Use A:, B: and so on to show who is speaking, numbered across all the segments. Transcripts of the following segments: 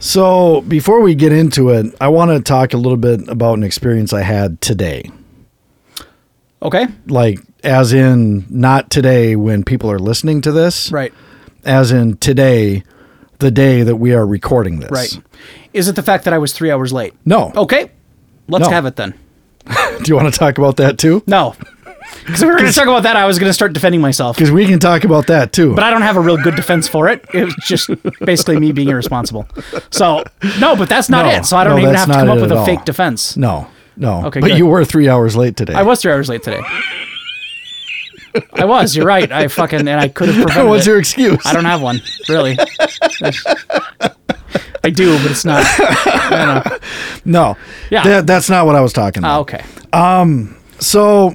A: So before we get into it, I want to talk a little bit about an experience I had today.
B: Okay.
A: Like, as in not today when people are listening to this,
C: Right.
A: As in today, the day that we are recording this,
C: Right. Is it the fact that I was three hours late?
A: No.
C: Okay. Let's
A: No.
C: have it then.
A: Do you want to talk about that too?
C: No. Because we were going to talk about that, I was going to start defending myself.
A: Because we can talk about that too.
C: But I don't have a real good defense for it. It was just basically me being irresponsible. So, no, but that's not
A: No.
C: it. So I don't
A: No,
C: even
A: that's
C: have to
A: not
C: come up
A: it
C: with
A: at
C: a
A: all.
C: fake defense.
A: no, no.
C: Okay,
A: but
C: good.
A: you were three hours late today.
C: I was three hours late today. I was. You're right. I fucking, and I could have prevented
A: What's
C: it.
A: your excuse?
C: I don't have one, really. I do, but it's not.
A: No.
C: Yeah.
A: That, that's not what I was talking about.
C: Ah, okay.
A: So,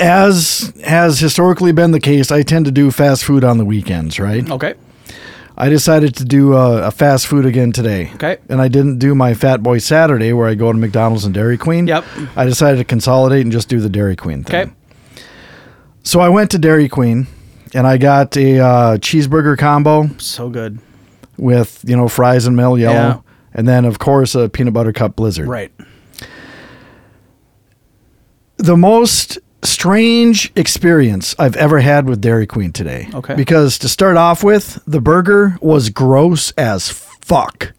A: as has historically been the case, I tend to do fast food on the weekends, right?
C: Okay.
A: I decided to do a, a fast food again today.
C: Okay.
A: And I didn't do my Fat Boy Saturday where I go to McDonald's and Dairy Queen.
C: Yep.
A: I decided to consolidate and just do the Dairy Queen thing.
C: Okay.
A: So I went to Dairy Queen and I got a uh, cheeseburger combo
C: So good.
A: with, you know, fries and mel yellow.
C: Yeah.
A: And then, of course, a peanut butter cup blizzard.
C: Right.
A: the most strange experience I've ever had with Dairy Queen today.
C: Okay.
A: Because to start off with, the burger was gross as fuck.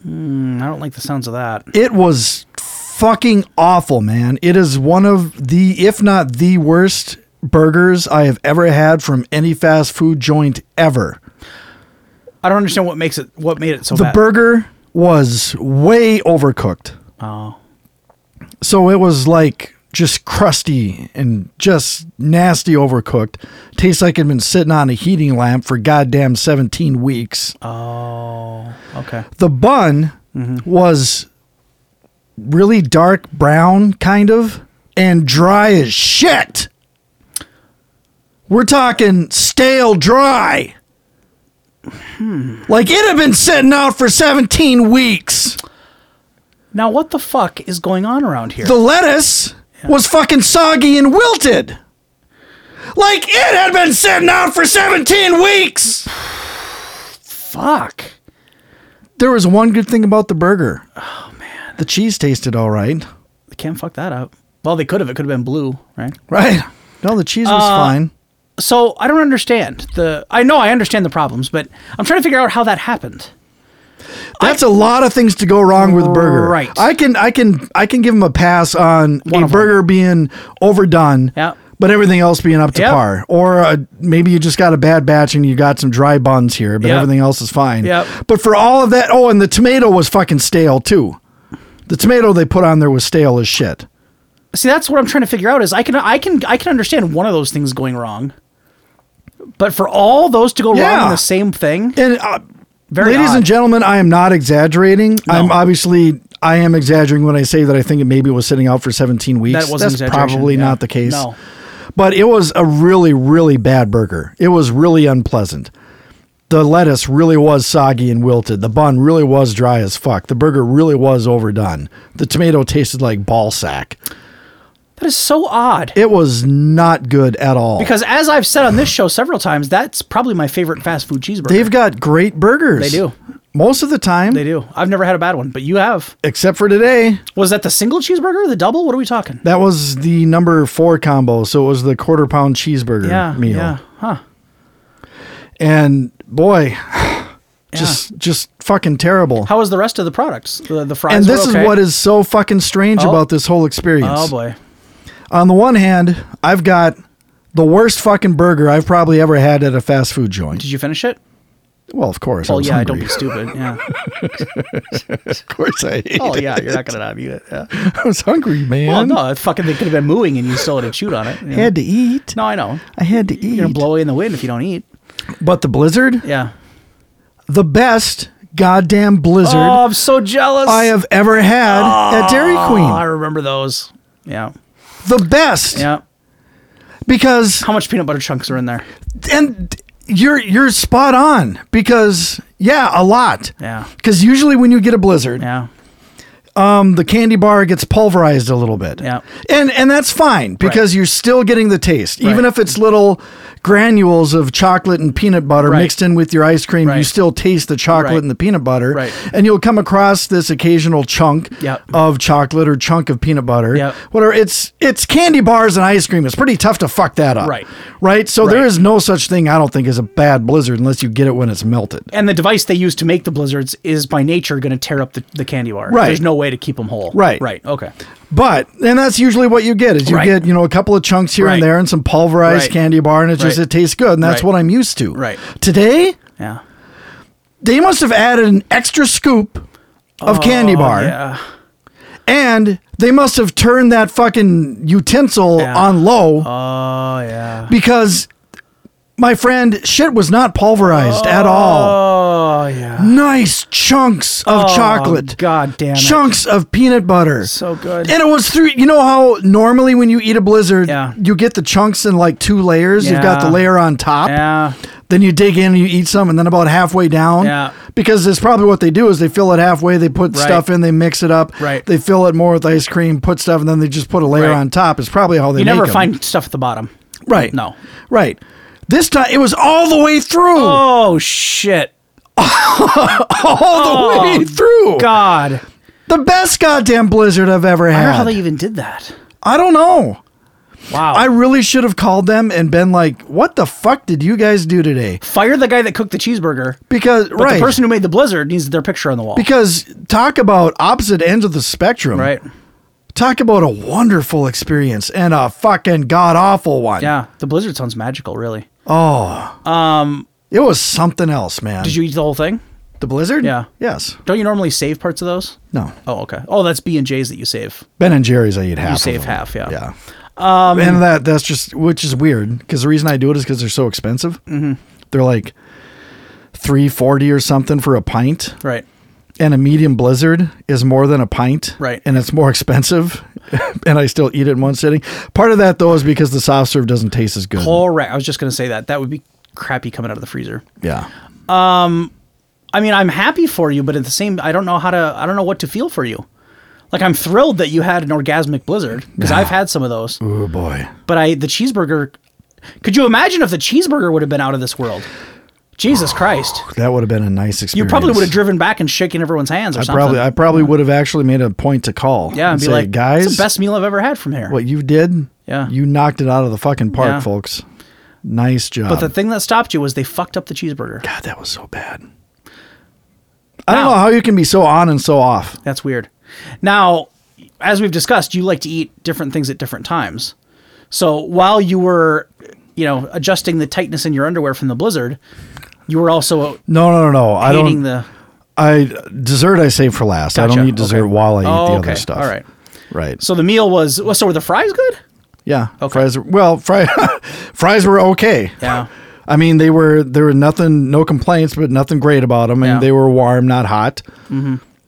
C: Mm, I don't like the sounds of that.
A: It was fucking awful, man. It is one of the, if not the worst burgers I have ever had from any fast food joint ever.
C: I don't understand what makes it. What made it so
A: The
C: bad?
A: burger was way overcooked.
C: Oh.
A: So it was like just crusty and just nasty overcooked. Tastes like it'd been sitting on a heating lamp for goddamn 17 weeks.
C: Oh. Okay.
A: The bun Mm-hmm. was really dark brown, kind of, and dry as shit. We're talking stale dry. Like it had been sitting out for 17 weeks.
C: Now what the fuck is going on around here?
A: the lettuce was fucking soggy and wilted. Like it had been sitting out for 17 weeks.
C: fuck.
A: There was one good thing about the burger. Oh man. The cheese tasted all right.
C: They can't fuck that up. Well, they could have. It could have been blue, right?
A: Right. No, the cheese was
C: Uh,
A: fine.
C: So I don't understand the. I know I understand the problems, but I'm trying to figure out how that happened.
A: That's a lot of things to go wrong with a burger.
C: Right.
A: I can I can I can give them a pass on a
C: of 'em.
A: burger being overdone.
C: Yeah.
A: But everything else being up to
C: Yep.
A: par, or uh, maybe you just got a bad batch and you got some dry buns here, but
C: Yep.
A: everything else is fine.
C: Yep.
A: But for all of that, oh, and the tomato was fucking stale too. The tomato they put on there was stale as shit.
C: See, that's what I'm trying to figure out. Is I can I can I can understand one of those things going wrong, but for all those to go wrong
A: Yeah.
C: in the same thing,
A: And uh,
C: Very
A: ladies
C: odd.
A: and gentlemen, I am not exaggerating. I'm obviously I am exaggerating when I say that I think it maybe was sitting out for 17 weeks.
C: that wasn't
A: That's
C: exaggeration.
A: probably
C: Yeah.
A: not the case.
C: No.
A: But it was a really, really bad burger. It was really unpleasant. The lettuce really was soggy and wilted. The bun really was dry as fuck. The burger really was overdone. The tomato tasted like ball sack.
C: That is so odd.
A: It was not good at all.
C: Because as I've said on this show several times, that's probably my favorite fast food cheeseburger.
A: they've got great burgers.
C: They do.
A: Most of the time,
C: they do. I've never had a bad one, but you have.
A: except for today.
C: Was that the single cheeseburger or the double? What are we talking?
A: That was the number four combo. So it was the quarter pound cheeseburger
C: yeah.
A: meal.
C: Yeah. Huh.
A: And boy,
C: Yeah.
A: just just fucking terrible.
C: How was the rest of the products? The, the fries.
A: and this
C: were
A: is
C: okay?
A: what is so fucking strange
C: Oh.
A: about this whole experience.
C: Oh boy.
A: On the one hand, I've got the worst fucking burger I've probably ever had at a fast food joint.
C: Did you finish it?
A: Well, of course.
C: Well,
A: was
C: Oh, yeah. Don't
A: hungry.
C: be stupid. Yeah.
A: Of course, I ate
C: Oh
A: it.
C: yeah. You're not gonna not eat it. Yeah.
A: I was hungry, man.
C: Well, no. It fucking they could have been mooing and you still would have chewed on it. you know?
A: I had to eat.
C: No, I know.
A: I had to
C: You're
A: eat.
C: gonna blow away in the wind if you don't eat.
A: but the blizzard,
C: Yeah.
A: the best goddamn blizzard
C: Oh, I'm so jealous.
A: I have ever had at Dairy
C: Oh, I
A: Queen.
C: remember those. Yeah.
A: The best
C: Yeah.
A: because
C: How much peanut butter chunks are in there?
A: and you're you're spot on because yeah, a lot.
C: Yeah.
A: Because usually when you get a blizzard,
C: Yeah.
A: um, the candy bar gets pulverized a little bit.
C: Yeah.
A: And and that's fine because you're still getting the taste. Even
C: Right.
A: if it's little granules of chocolate and peanut butter
C: Right.
A: mixed in with your ice cream, you
C: Right.
A: still taste the chocolate
C: Right.
A: and the peanut butter.
C: Right.
A: And you'll come across this occasional chunk
C: Yep.
A: of chocolate or chunk of peanut butter.
C: Yep.
A: Whatever it's it's candy bars and ice cream. It's pretty tough to fuck that up.
C: Right.
A: Right? So there
C: Right.
A: is no such thing I don't think as a bad blizzard unless you get it when it's melted.
C: And the device they use to make the blizzards is by nature going to tear up the, the candy bar.
A: Right.
C: There's no way to keep them whole.
A: Right.
C: Right. Okay.
A: But and that's usually what you get is you
C: Right.
A: get you know a couple of chunks here
C: Right.
A: and there and some pulverized
C: Right.
A: candy bar and it just
C: Right.
A: it tastes good and that's
C: Right.
A: what I'm used to.
C: Right.
A: Today
C: Yeah.
A: they must have added an extra scoop of candy bar
C: Oh, Yeah.
A: and they must have turned that fucking utensil
C: Yeah.
A: on low
C: Oh yeah.
A: because my friend shit was not pulverized at all.
C: Oh yeah.
A: Nice chunks of chocolate.
C: God damn it.
A: chunks of peanut butter.
C: So good.
A: And it was through. You know how normally when you eat a blizzard,
C: Yeah.
A: you get the chunks in like two layers. You've got the
C: Yeah.
A: layer on top.
C: yeah.
A: Then you dig in and you eat some, and then about halfway down.
C: Yeah.
A: Because it's probably what they do is they fill it halfway. They put
C: Right.
A: stuff in. They mix it up.
C: Right.
A: They fill it more with ice cream. Put stuff, and then they just put a layer
C: Right.
A: on top. It's probably how they.
C: You
A: make
C: never
A: 'em.
C: find stuff at the bottom.
A: right.
C: No.
A: Right. This time it was all the way through.
C: Oh shit.
A: all the way through.
C: Oh. God.
A: The best goddamn blizzard I've ever
C: I
A: had.
C: don't know how they even did that.
A: I don't know.
C: Wow.
A: I really should have called them and been like, "What the fuck did you guys do today?"
C: fire the guy that cooked the cheeseburger.
A: Because
C: But
A: right,
C: the person who made the blizzard needs their picture on the wall.
A: because talk about opposite ends of the spectrum.
C: right.
A: Talk about a wonderful experience and a fucking god awful one. Oh.
C: Yeah. The blizzard sounds magical, really.
A: It was something else, man.
C: Um, Did you eat the whole thing?
A: the blizzard?
C: Yeah.
A: Yes.
C: Don't you normally save parts of those?
A: No.
C: Oh, okay. Oh, that's B and J's that you save.
A: Ben and Jerry's. I eat half. of
C: save
A: them.
C: half, yeah.
A: Yeah. Um, and that that's just which is weird because the reason I do it is because they're so expensive. Mm-hmm. They're like three forty or something for a pint.
C: Right.
A: and a medium blizzard is more than a pint.
C: Right.
A: And it's more expensive. and I still eat it in one sitting. Part of that though is because the soft serve doesn't taste as good.
C: Correct. I was just gonna say that. That would be crappy coming out of the freezer.
A: Yeah.
C: I mean, I'm happy for you, but at the same, I don't know how to. I don't know what to feel for you. Like I'm thrilled that you had an orgasmic blizzard because I've had some of those.
A: Oh boy.
C: But I the cheeseburger. Could you imagine if the cheeseburger would have been out of this world? Jesus
A: Oh,
C: Christ!
A: That would have been a nice experience.
C: You probably would have driven back and shaken everyone's hands or
A: I
C: something.
A: probably I probably would have actually made a point to call.
C: yeah, and be
A: say,
C: like, guys,
A: guys,
C: it's the best meal I've ever had from here.
A: what you did,
C: Yeah.
A: you knocked it out of the fucking park,
C: Yeah.
A: folks. Nice job.
C: but the thing that stopped you was they fucked up the cheeseburger.
A: God, that was so bad. I don't
C: Now-
A: know how you can be so on and so off.
C: That's weird. Now, as we've discussed, you like to eat different things at different times. So while you were, you know, adjusting the tightness in your underwear from the blizzard, you were also
A: No, no, no, no. I don't.
C: eating the.
A: I dessert I save for last. I don't
C: Gotcha.
A: eat dessert
C: Okay.
A: while I eat
C: Oh,
A: the
C: okay.
A: other stuff.
C: All right.
A: Right.
C: So the meal was. Well, so were the fries good?
A: Yeah.
C: Okay.
A: Fries. Well, fry, fries were okay.
C: Yeah.
A: I mean, they were there were nothing, no complaints, but nothing great about them.
C: Yeah. Mm-hmm.
A: And they were warm, not hot,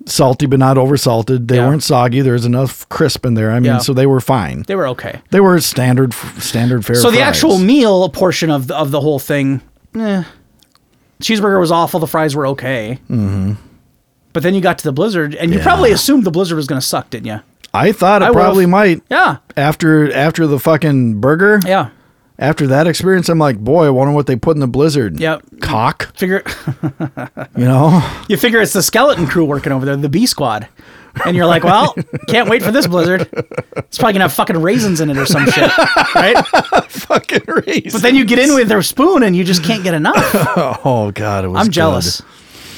A: salty, but not over salted. They
C: Yeah.
A: weren't soggy. There was enough crisp in there. I mean,
C: Yeah.
A: so they were fine.
C: They were okay.
A: They were standard, f- standard fare.
C: So the
A: fries.
C: actual meal portion of the, of the whole thing, eh. cheeseburger was awful. The fries were okay. Mm-hmm. But then you got to the blizzard, and you
A: Yeah.
C: probably assumed the blizzard was going to suck, didn't you?
A: I thought it
C: I would've-
A: probably might.
C: Yeah.
A: After after the fucking burger,
C: Yeah.
A: after that experience, I'm like, boy, I wonder what they put in the blizzard.
C: Yep.
A: Cock,
C: Figure.
A: you know.
C: you figure it's the skeleton crew working over there, the B squad. And you're like, well, can't wait for this blizzard. It's probably gonna have fucking raisins in it or some shit, right?
A: fucking race.
C: But then you get in with their spoon and you just can't get enough.
A: oh god, it was.
C: I'm
A: good.
C: jealous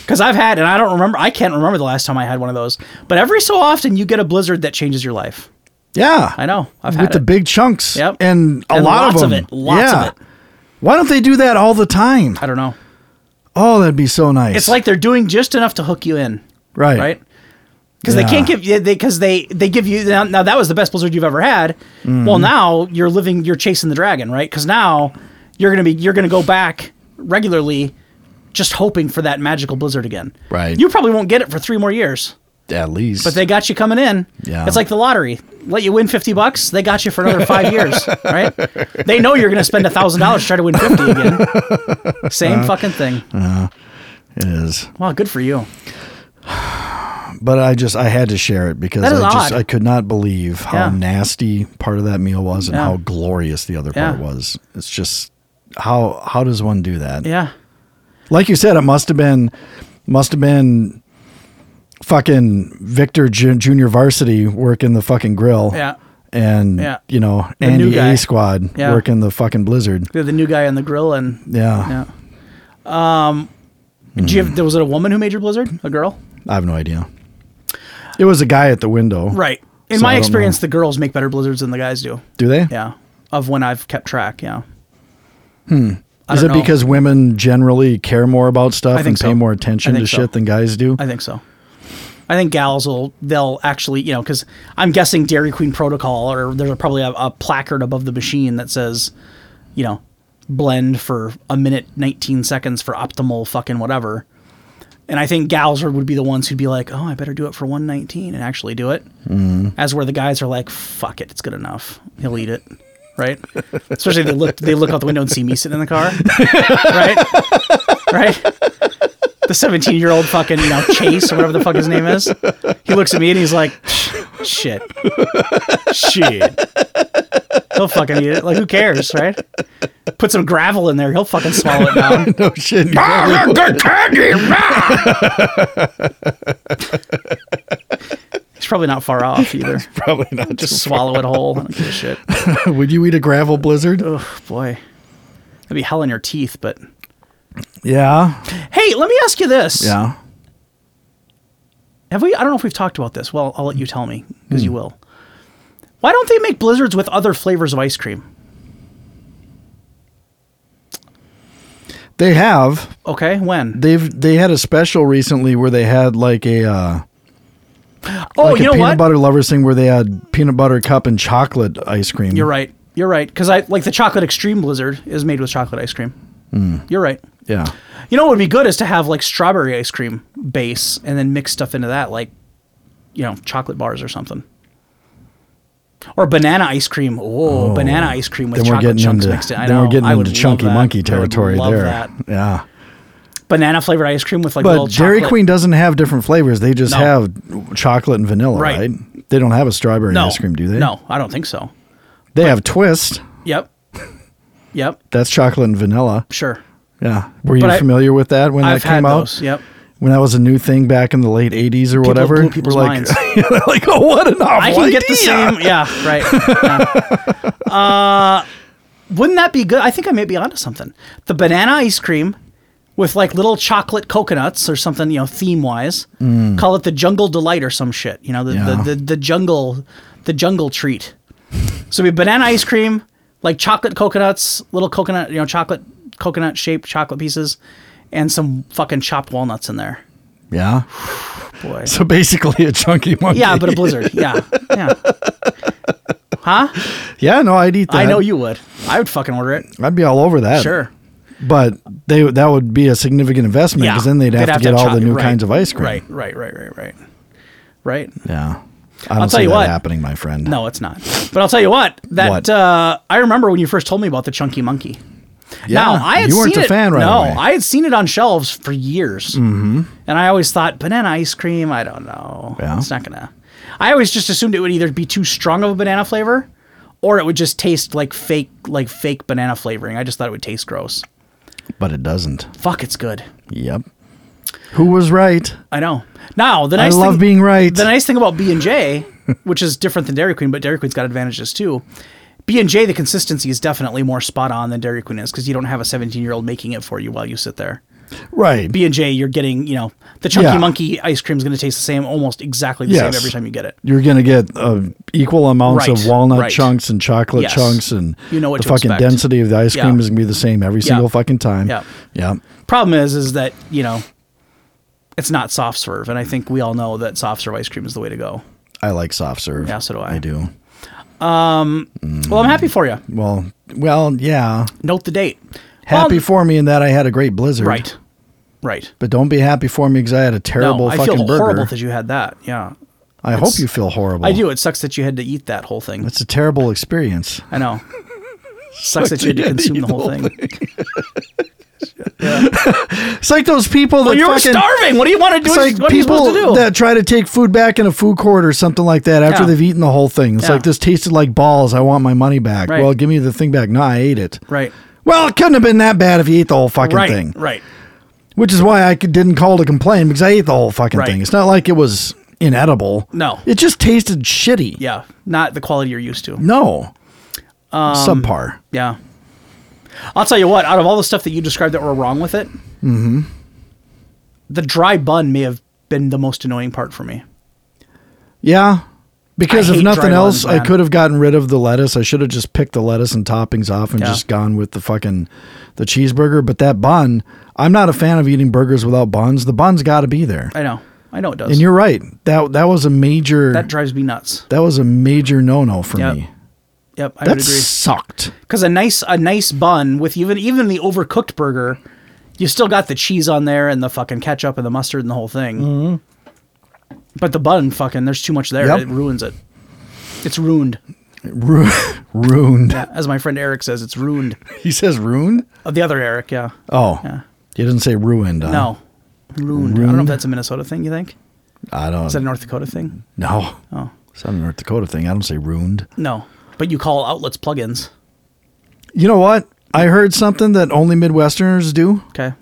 C: because I've had, and I don't remember. I can't remember the last time I had one of those. But every so often, you get a blizzard that changes your life.
A: Yeah,
C: I know. I've
A: with
C: had
A: the
C: it.
A: big chunks.
C: Yep.
A: and a
C: And
A: lot
C: lots
A: of
C: of
A: them.
C: it. Lots of
A: yeah.
C: it.
A: Why don't they do that all the time?
C: I don't know.
A: Oh, that'd be so nice.
C: It's like they're doing just enough to hook you in,
A: right,
C: right? Because
A: Yeah.
C: they can't give you they because they they give you now, now that was the best blizzard you've ever had.
A: Mm-hmm.
C: Well, now you're living you're chasing the dragon, right? Because now you're gonna be you're gonna go back regularly just hoping for that magical blizzard again.
D: Right.
C: You probably won't get it for three more years.
D: at least.
C: But they got you coming in.
D: Yeah.
C: It's like the lottery. Let you win fifty bucks, they got you for another five years. Right? They know you're gonna spend thousand dollars to try to win fifty again.
A: Uh-huh.
C: Same fucking thing.
A: It is.
C: Wow, good for you.
A: But I just I had to share it because
C: That is
A: I just
C: odd.
A: I could not believe how
C: Yeah.
A: nasty part of that meal was and
C: Yeah.
A: how glorious the other part
C: Yeah.
A: was. It's just how how does one do that?
C: Yeah.
A: Like you said, it must have been must have been fucking Victor Ju- Junior Varsity working the fucking grill.
C: Yeah.
A: And
C: Yeah.
A: you know
C: The new
A: Andy
C: guy.
A: A Squad
C: Yeah.
A: working the fucking blizzard.
C: They're the new guy on the grill and
A: Yeah.
C: yeah. Um do you have,
A: Hmm.
C: there was it a woman who made your blizzard? A girl?
A: I have no idea. It was a guy at the window.
C: Right. In
A: So I
C: my
A: don't
C: experience, the girls make better blizzards than the guys do.
A: Do they?
C: Yeah. Of when I've kept track. Yeah. Hmm.
A: Is it because women generally care more about stuff
C: I think
A: and pay
C: so.
A: more
C: I
A: attention to
C: think so.
A: shit than guys do?
C: I think so. I think gals will they'll actually you know because I'm guessing Dairy Queen protocol or there's probably a, a placard above the machine that says, you know, blend for a minute 19 seconds for optimal fucking whatever. And I think gals are, would be the ones who'd be like, oh, I better do it for 119 and actually do it. As where the guys are like, fuck it, it's good enough. He'll eat it. Right? Especially if they look they look out the window and see me sitting in the car. right? Right? the 17 year old fucking you know chase or whatever the fuck his name is he looks at me and he's like shit shit he'll fucking eat it like who cares right put some gravel in there he'll fucking swallow it down
A: no shit.
C: Ah, he's probably not far off either probably not just swallow it whole I don't give a shit
A: Would you eat a gravel blizzard?
C: oh boy that'd be hell in your teeth but
A: Yeah.
C: hey let me ask you this
A: Yeah.
C: have we i don't know if we've talked about this well i'll let you tell me because
A: Hmm.
C: you will why don't they make blizzards with other flavors of ice cream
A: They have.
C: okay when
A: They've they had a special recently where they had like a uh
C: oh
A: like
C: you
A: a
C: know
A: peanut
C: what
A: butter lovers thing where they had peanut butter cup and chocolate ice cream.
C: You're right. You're right. Because I like the chocolate extreme blizzard is made with chocolate ice cream.
A: Hmm.
C: You're right.
A: Yeah.
C: You know what would be good is to have like strawberry ice cream base and then mix stuff into that, like you know, chocolate bars or something. Or banana ice cream. Oh, banana ice cream with
A: Then we're
C: chocolate
A: getting
C: chunks
A: into
C: mixed in. I
A: then
C: know.
A: we're getting
C: I would
A: into chunky
C: love that. I
A: monkey
C: would
A: territory
C: love
A: there.
C: that.
A: Yeah.
C: Banana flavored ice cream with like little
A: But
C: chocolate.
A: Dairy Queen doesn't have different flavors. They just
C: No.
A: have chocolate and vanilla,
C: Right.
A: right. They don't have a strawberry
C: no.
A: ice cream, do they?
C: No, I don't think so.
A: They have twist.
C: Yep. Yep.
A: That's chocolate and vanilla.
C: Sure.
A: Yeah. Were you
C: But I-
A: familiar with that when
C: I've
A: that came
C: had
A: out?
C: those. Yep.
A: When that was a new thing back in the late 80s or whatever?
C: blew people's
A: We're like,
C: minds.
A: they're like, oh, what an awful
C: I can get the
A: idea."
C: same. Yeah, right. yeah. Uh, wouldn't that be good? I think I may be onto something. The banana ice cream with like little chocolate coconuts or something, you know, theme wise. Call it the jungle delight or some shit. You know, the,
A: Mm. Yeah.
C: the, the, the jungle, the jungle treat. So we banana ice cream, like chocolate coconuts, little coconut, you know, chocolate coconut shaped chocolate pieces, and some fucking chopped walnuts in there.
A: Yeah.
C: Boy.
A: So basically a chunky monkey.
C: Yeah, but a blizzard. Yeah. Yeah. Huh?
A: yeah, no, I'd eat that.
C: I know you would. I would fucking order it.
A: I'd be all over that.
C: Sure.
A: But they that would be a significant investment because then they'd have to get all
C: chop-
A: the new
C: right,
A: kinds of ice cream.
C: Right, right, right, right, right. Right.
A: Yeah. I don't
C: tell
A: see
C: you
A: that
C: what.
A: happening, my friend.
C: No, it's not. But I'll tell you what. That
A: What?
C: Uh, I remember when you first told me about the chunky monkey.
A: Yeah,
C: now, I had
A: you weren't
C: seen
A: a
C: it-
A: fan right
C: No,
A: away.
C: I had seen it on shelves for years, mm-hmm. and I always thought banana ice cream. I don't know.
A: Yeah.
C: It's not gonna. I always just assumed it would either be too strong of a banana flavor, or it would just taste like fake, like fake banana flavoring. I just thought it would taste gross.
A: But it doesn't.
C: Fuck, it's good.
A: Yep. Who was right?
C: I know. Now the nice
A: I love
C: thing,
A: being right.
C: The nice thing about B and J, which is different than Dairy Queen, but Dairy Queen's got advantages too. B and J, the consistency is definitely more spot on than Dairy Queen is because you don't have a 17 year old making it for you while you sit there.
A: right.
C: B and J, you're getting, you know, the chunky
A: Yeah.
C: monkey ice cream is going to taste the same, almost exactly the same
A: Yes.
C: every time you get it.
A: You're gonna get uh, equal amounts
C: Right,
A: of walnut
C: right.
A: chunks and chocolate
C: Yes.
A: chunks, and
C: You know what
A: the
C: to
A: fucking
C: expect.
A: density of the ice cream
C: Yeah.
A: is gonna be the same every single fucking time.
C: Yeah.
A: yeah,
C: Problem is, is that you know, it's not soft serve, and I think we all know that soft serve ice cream is the way to go.
A: I like soft serve.
C: Yeah, so do I.
A: I do.
C: Well, I'm happy for you.
A: Well, well, yeah.
C: Note the date.
A: Happy
C: Well,
A: for me in that I had a great blizzard.
C: Right. Right.
A: But don't be happy for me because I had a terrible
C: no, I
A: fucking
C: feel
A: burger.
C: horrible that you had that. Yeah.
A: I hope you feel horrible.
C: I do. It sucks that you had to eat that whole thing.
A: It's a terrible experience.
C: I know. Sucks that you had to consume the whole thing.
A: It's like those people that
C: Well, you were
A: fucking.
C: starving. What do you want to do?
A: It's like
C: what are you supposed to
A: people
C: do?
A: that try to take food back in a food court or something like that after
C: Yeah.
A: they've eaten the whole thing. It's
C: Yeah.
A: like this tasted like balls. I want my money back.
C: Right.
A: Well, give me the thing back. No, I ate it.
C: right.
A: Well, it couldn't have been that bad if you ate the whole fucking
C: Right.
A: thing.
C: Right.
A: Which is why I c- didn't call to complain because I ate the whole fucking
C: Right.
A: thing. It's not like it was inedible.
C: No.
A: It just tasted shitty.
C: Yeah. Not the quality you're used to.
A: No.
C: Um,
A: Subpar.
C: Yeah. I'll tell you what, out of all the stuff that you described that were wrong with it, mm-hmm. the dry bun may have been the most annoying part for me.
A: Yeah. Because
C: I
A: if
C: hate
A: nothing
C: dry
A: else,
C: buns,
A: I
C: man.
A: could have gotten rid of the lettuce. I should have just picked the lettuce and toppings off and
C: Yeah.
A: just gone with the fucking the cheeseburger. But that bun, I'm not a fan of eating burgers without buns. The bun's got to be there.
C: I know. I know it does.
A: And you're right. That that was a major
C: that
A: that,
C: drives me nuts.
A: was a major no no for
C: Yep.
A: me.
C: Yep, I
A: That
C: would agree.
A: sucked.
C: Because a nice a nice bun with even even the overcooked burger, you still got the cheese on there and the fucking ketchup and the mustard and the whole thing. Mm-hmm. But the bun, fucking, there's too much there.
A: Yep.
C: It ruins it. It's ruined,
A: Ru- ruined.
C: as my friend Eric says. It's ruined.
A: He says ruined.
C: Oh, the other Eric, yeah.
A: Oh,
C: Yeah.
A: he didn't say ruined. Huh?
C: No. Ruined. I don't know if
A: Ruined?
C: that's a Minnesota thing, you think?
A: I don't.
C: Is that a North Dakota thing?
A: no,
C: Oh.
A: it's not a North Dakota thing. I don't say ruined.
C: No. But you call outlets plugins.
A: You know what? I heard something that only Midwesterners do.
C: Okay.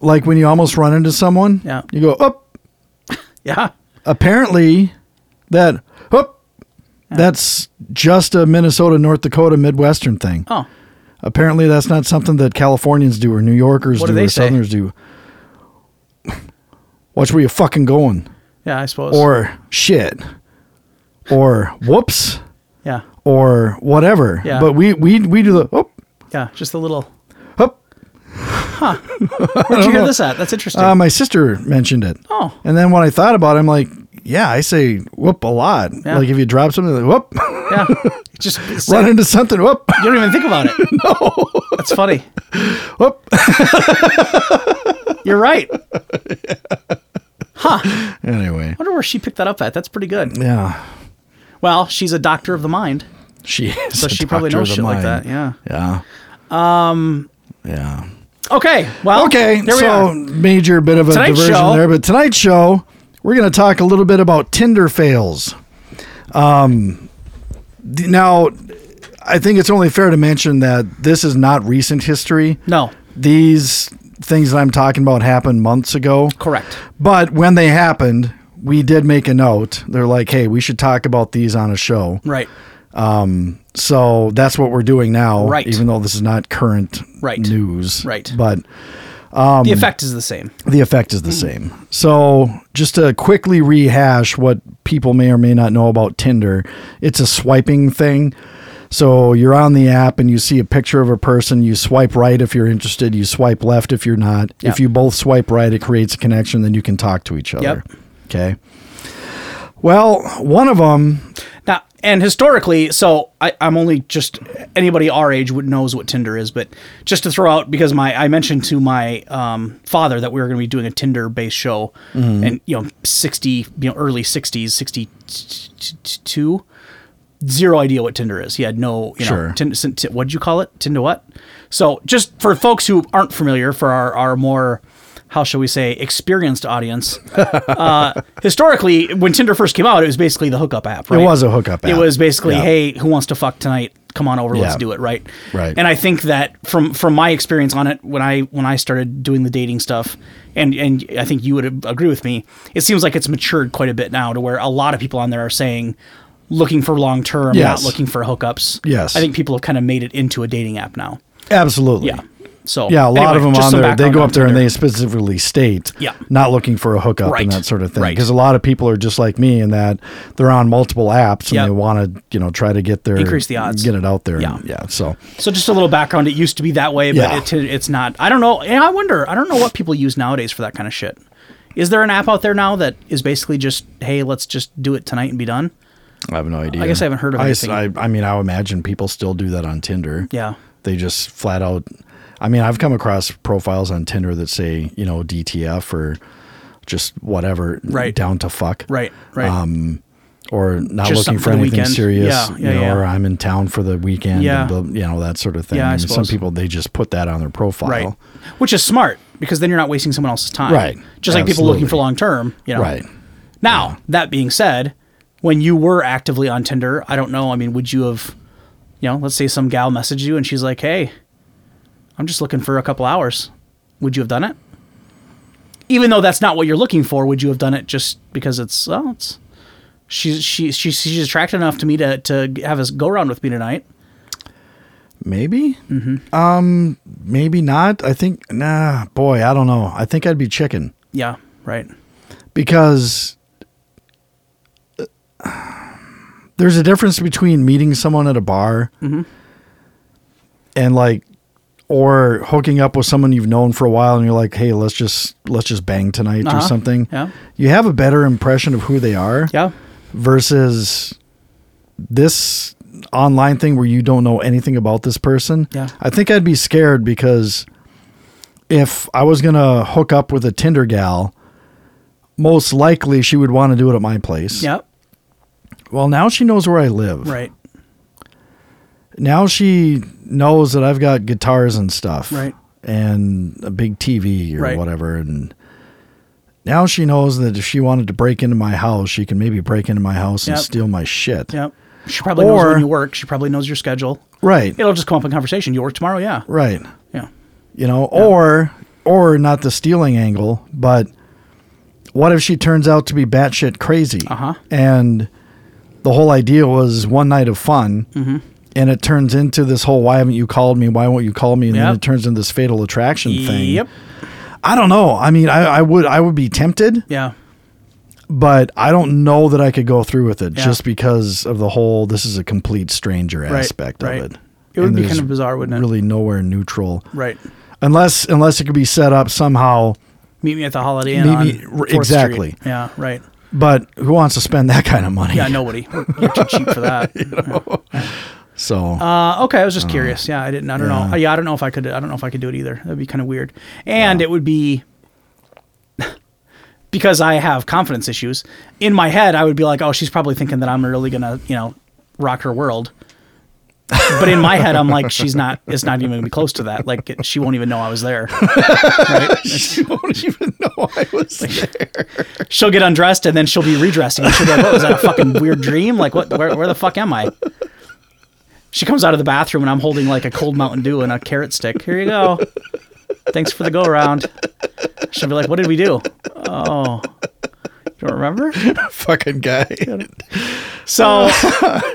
A: Like when you almost run into someone,
C: Yeah.
A: you go up.
C: Yeah.
A: Apparently, that up. That's just a Minnesota, North Dakota, Midwestern thing.
C: Oh.
A: Apparently, that's not something that Californians do or New Yorkers
C: What
A: do,
C: do they
A: or
C: say?
A: Southerners do. Watch where you fucking going,
C: Yeah, I suppose.
A: or shit, or whoops.
C: Yeah.
A: or whatever.
C: Yeah.
A: But we we we do the oh,
C: Yeah. Just a little
A: oh.
C: Where'd you hear this at? That's interesting.
A: Uh, my sister mentioned it.
C: oh.
A: And then when I thought about it, I'm like, yeah, I say whoop a lot.
C: Yeah.
A: Like if you drop something, like whoop,
C: Yeah. It's Just it's-
A: run into something, whoop,
C: you don't even think about it. no. That's funny.
A: whoop.
C: You're right.
A: Anyway,
C: wonder where she picked that up at. That's pretty good.
A: yeah,
C: Well, she's a doctor of the mind.
A: she is.
C: So
A: a
C: she probably
A: doctor of
C: knows
A: the
C: shit like
A: mind.
C: that. Yeah.
A: Yeah. Um. Yeah.
C: Okay. Well
A: Okay,
C: There we
A: so
C: are.
A: major bit of a
C: Tonight's
A: diversion
C: show-
A: there, but tonight's show we're going to talk a little bit about Tinder fails. Um, d- now, I think it's only fair to mention that this is not recent history.
C: No.
A: These things that I'm talking about happened months ago.
C: Correct.
A: But when they happened, we did make a note. They're like, "Hey, we should talk about these on a show."
C: Right.
A: So that's what we're doing now.
C: Right.
A: Even though this is not current
C: Right.
A: news.
C: Right.
A: But
C: the
A: Um,
C: effect is the same.
A: the effect is the
C: Mm.
A: same. So, just to quickly rehash what people may or may not know about Tinder, it's a swiping thing. So, you're on the app and you see a picture of a person, you swipe right if you're interested, you swipe left if you're not.
C: Yeah.
A: If you both swipe right, it creates a connection, then you can talk to each other.
C: Yep.
A: Okay. Well, one of them,
C: Now, and historically, so I, I'm only just anybody our age would knows what Tinder is, but just to throw out because my I mentioned to my um, father that we were going to be doing a Tinder based show, and you know, sixty, you know, early sixties, sixty two, zero idea what Tinder is. He had no, you know,
A: Sure.
C: Tin- sin- ti- what'd you call it? Tinder what? So just for folks who aren't familiar, for our our more how shall we say experienced audience historically, when Tinder first came out, it was basically the hookup app. Right?
A: was a hookup
C: It
A: app.
C: was basically,
A: Yeah.
C: hey, who wants to fuck tonight? Come on over, let's
A: Yeah.
C: do it. Right.
A: Right.
C: And I think that from from my experience on it, when I when I started doing the dating stuff, and and I think you would agree with me, it seems like it's matured quite a bit now to where a lot of people on there are saying. Looking for long term,
A: Yes.
C: not looking for hookups.
A: Yes.
C: I think people have kind of made it into a dating app now.
A: absolutely.
C: Yeah. So
A: Yeah, a lot
C: anyway,
A: of them
C: just
A: on
C: some
A: there, they
C: background
A: go
C: on
A: up there and
C: Tinder.
A: they specifically state
C: Yeah.
A: not looking for a hookup
C: Right.
A: and that sort of thing.
C: Right.
A: Because a lot of people are just like me in that they're on multiple apps and
C: Yep.
A: they want to, you know, try to get their
C: Increase the odds.
A: get it out there.
C: Yeah.
A: yeah. So
C: So just a little background. It used to be that way,
A: Yeah.
C: but it, it's not. I don't know. And I wonder. I don't know what people use nowadays for that kind of shit. Is there an app out there now that is basically just, hey, let's just do it tonight and be done?
A: I have no idea.
C: I guess I haven't heard of
A: I,
C: anything.
A: I, I mean, I would imagine people still do that on Tinder.
C: Yeah.
A: They just flat out. I mean, I've come across profiles on Tinder that say, you know, DTF or just whatever,
C: Right.
A: down to fuck,
C: Right. Right.
A: um, or not
C: Just
A: looking
C: something
A: for
C: for the
A: anything
C: weekend.
A: serious,
C: Yeah,
A: you
C: yeah,
A: know,
C: yeah.
A: or I'm in town for the weekend,
C: Yeah.
A: and blah- you know that sort of thing.
C: Yeah, I
A: And some
C: suppose.
A: people they just put that on their profile,
C: right. Which is smart because then you're not wasting someone else's time.
A: Right.
C: Just like people looking for
A: Absolutely.
C: long term. You know.
A: Right.
C: Now, that being said, when you were actively on Tinder, I don't know. I mean, would you have, you know, let's say some gal messaged you and she's like, hey, I'm just looking for a couple hours. Would you have done it? Even though that's not what you're looking for, would you have done it just because it's, well, it's, she's, she, she, she's attractive enough to me to, to have us go around with me tonight?
A: Maybe. Mm-hmm. Um, maybe not. I think. Nah, boy, I don't know. I think I'd be chicken
C: Yeah. Right.
A: because uh, there's a difference between meeting someone at a bar
C: Mm-hmm.
A: and like, or hooking up with someone you've known for a while, and you're like, hey, let's just let's just bang tonight
C: Uh-huh.
A: or something.
C: Yeah.
A: You have a better impression of who they are
C: Yeah.
A: versus this online thing where you don't know anything about this person.
C: Yeah.
A: I think I'd be scared because if I was going to hook up with a Tinder gal, most likely she would want to do it at my place.
C: Yeah.
A: Well, now she knows where I live.
C: Right.
A: Now she knows that I've got guitars and stuff.
C: Right.
A: And a big TV or
C: Right.
A: whatever and now she knows that if she wanted to break into my house, she can maybe break into my house and
C: Yep.
A: steal my shit.
C: Yeah. She probably knows
A: Or-
C: when you work. She probably knows your schedule.
A: Right.
C: It'll just come up in conversation. You work tomorrow? Yeah.
A: Right.
C: Yeah.
A: You know, or or not the stealing angle, but what if she turns out to be batshit crazy?
C: Uh-huh.
A: And the whole idea was one night of fun,
C: Mm-hmm.
A: and it turns into this whole "Why haven't you called me? Why won't you call me?" And then
C: Yep.
A: it turns into this fatal attraction thing.
C: Yep.
A: I don't know. I mean, I, I would I would be tempted,
C: Yeah.
A: but I don't know that I could go through with it
C: Yeah.
A: just because of the whole "this is a complete stranger" aspect
C: right.
A: of it.
C: It would
A: And
C: be
A: there's
C: kind of bizarre, wouldn't it?
A: Really, nowhere neutral
C: Right.
A: unless unless it could be set up somehow.
C: Meet me at the Holiday Inn.
A: Meet me-
C: on
A: r-
C: 4th
A: exactly.
C: Street. Yeah. Right.
A: But who wants to spend that kind of money?
C: Yeah. Nobody. We're- You're too cheap for that.
A: So
C: Uh, okay. I was just curious. Yeah. I didn't. I don't know.
A: yeah.
C: Uh, Yeah. I don't know if I could. I don't know if I could do it either. That'd be kind of weird. And it would be because I have confidence issues. In my head, I would be like, "Oh, she's probably thinking that I'm really gonna, you know, rock her world." But in my head, I'm like, "She's not. It's not even gonna be close to that. Like, it, she won't even know I was there." Right? It's-
A: you won't even know I was there.
C: she'll get undressed and then she'll be redressing. And she'll be like, "What was that? A fucking weird dream? Like, what? Where, where the fuck am I?" She comes out of the bathroom and I'm holding like a cold Mountain Dew and a carrot stick. Here you go. Thanks for the go around. She'll be like, "What did we do?" Oh, don't remember.
A: Fucking guy.
C: So,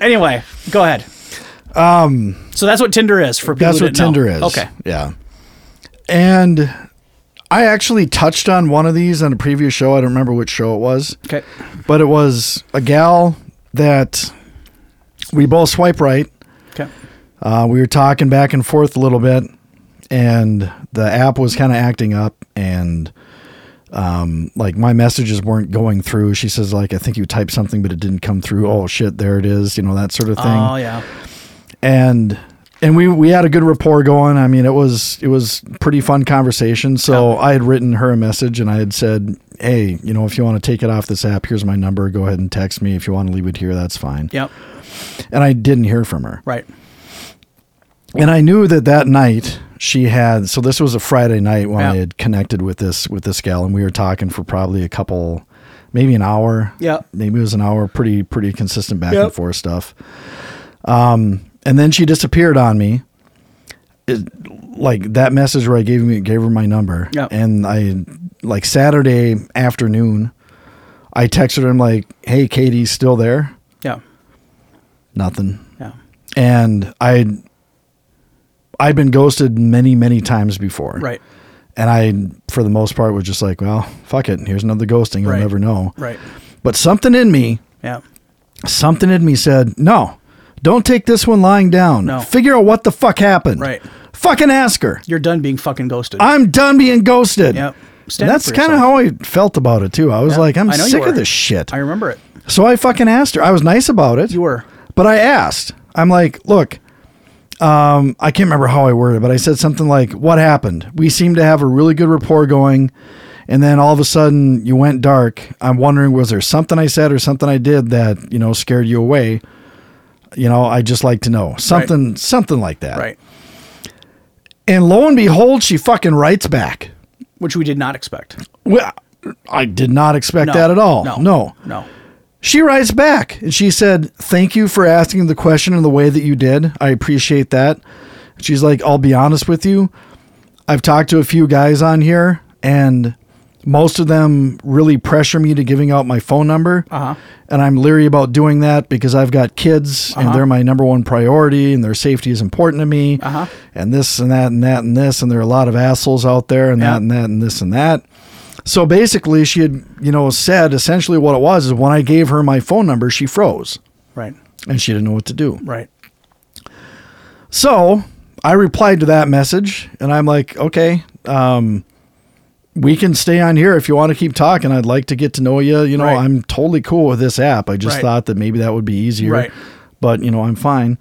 C: anyway, go ahead. Um. So that's what Tinder is for people.
A: Um, That's
C: who
A: what
C: didn't know.
A: Tinder is.
C: Okay.
A: Yeah. And I actually touched on one of these on a previous show. I don't remember which show it was,
C: Okay.
A: but it was a gal that we both swipe right.
C: Okay.
A: Uh, we were talking back and forth a little bit, and the app was kind of acting up, and um, like my messages weren't going through. She says like, "I think you typed something, but it didn't come through." Oh shit, there it is, you know that sort of thing.
C: Oh yeah.
A: And and we we had a good rapport going. I mean, it was it was pretty fun conversation. So I had written her a message, and I had said, "Hey, you know, if you want to take it off this app, here's my number. Go ahead and text me. If you want to leave it here, that's fine."
C: Yep.
A: And I didn't hear from her.
C: Right.
A: and I knew that that night she had. So this was a Friday night when
C: Yeah.
A: I had connected with this with this gal, and we were talking for probably a couple, maybe an hour.
C: Yeah.
A: maybe it was an hour. Pretty pretty consistent back
C: Yep.
A: and forth stuff. Um, and then she disappeared on me. It, like that message where I gave me gave her my number,
C: Yeah.
A: and I like Saturday afternoon, I texted her. I'm like, "Hey, Katie's still there?
C: Yeah.
A: Nothing."
C: Yeah.
A: and I I'd been ghosted many many times before.
C: Right.
A: And I for the most part was just like, well, fuck it. Here's another ghosting. You'll
C: Right.
A: never know.
C: Right.
A: But something in me,
C: Yeah.
A: something in me said, "No. Don't take this one lying down.
C: No.
A: Figure out what the fuck happened."
C: Right.
A: Fucking ask her.
C: You're done being fucking ghosted.
A: I'm done being ghosted.
C: Yep.
A: And
C: Stand up
A: that's
C: for
A: kind of
C: yourself.
A: how I felt about it too. I was
C: Yeah.
A: like, I'm
C: I know you
A: sick
C: were.
A: of this shit.
C: I remember it.
A: So I fucking asked her. I was nice about it.
C: You were.
A: But I asked. I'm like, look, um, I can't remember how I worded it, but I said something like, What happened? We seem to have a really good rapport going. And then all of a sudden you went dark. I'm wondering, was there something I said or something I did that, you know, scared you away? You know, I just like to know something, something like that.
C: Right.
A: And lo and behold, she fucking writes back.
C: Which we did not expect.
A: Well, I did not expect
C: No,
A: that at all.
C: No.
A: no.
C: No.
A: She writes back and she said, Thank you for asking the question in the way that you did. I appreciate that. She's like, I'll be honest with you. I've talked to a few guys on here, and most of them really pressure me to giving out my phone number.
C: Uh-huh.
A: And I'm leery about doing that because I've got kids and they're my number one priority, and their safety is important to me.
C: Uh-huh.
A: And this and that and that and this. And there are a lot of assholes out there, and
C: Yeah.
A: that and that and this and that. So basically, she had, you know, said essentially what it was is when I gave her my phone number, she froze
C: Right.
A: and she didn't know what to do.
C: Right.
A: So I replied to that message and I'm like, okay, um, we can stay on here if you want to keep talking. I'd like to get to know you. You know,
C: Right.
A: I'm totally cool with this app. I just
C: Right.
A: thought that maybe that would be easier,
C: Right.
A: but you know, I'm fine.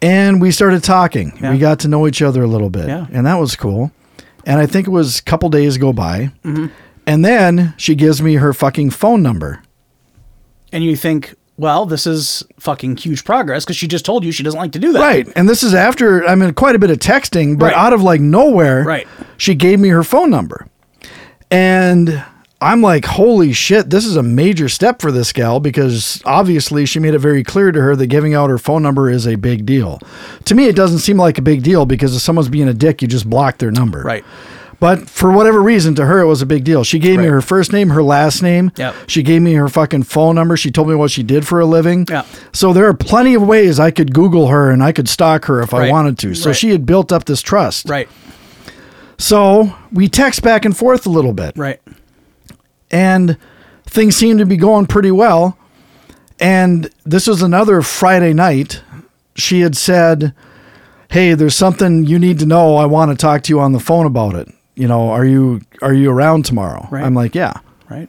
A: And we started talking.
C: Yeah.
A: We got to know each other a little bit,
C: Yeah.
A: and that was cool. And I think it was a couple days go by,
C: Mm-hmm.
A: and then she gives me her fucking phone number.
C: And you think, well, this is fucking huge progress because she just told you she doesn't like to do that.
A: Right. And this is after, I mean, quite a bit of texting, but
C: Right.
A: out of like nowhere,
C: Right.
A: she gave me her phone number. And I'm like, holy shit, this is a major step for this gal because obviously she made it very clear to her that giving out her phone number is a big deal. To me, it doesn't seem like a big deal because if someone's being a dick, you just block their number.
C: Right.
A: But for whatever reason, to her, it was a big deal. She gave me
C: Right.
A: her first name, her last name.
C: Yep.
A: She gave me her fucking phone number. She told me what she did for a living.
C: Yeah.
A: So there are plenty of ways I could Google her and I could stalk her if I
C: Right.
A: wanted to. So
C: Right.
A: she had built up this trust.
C: Right.
A: So we text back and forth a little bit.
C: Right.
A: And things seemed to be going pretty well. And this was another Friday night. She had said, Hey, there's something you need to know. I want to talk to you on the phone about it. You know, are you are you around tomorrow?
C: Right.
A: I'm like, Yeah.
C: Right.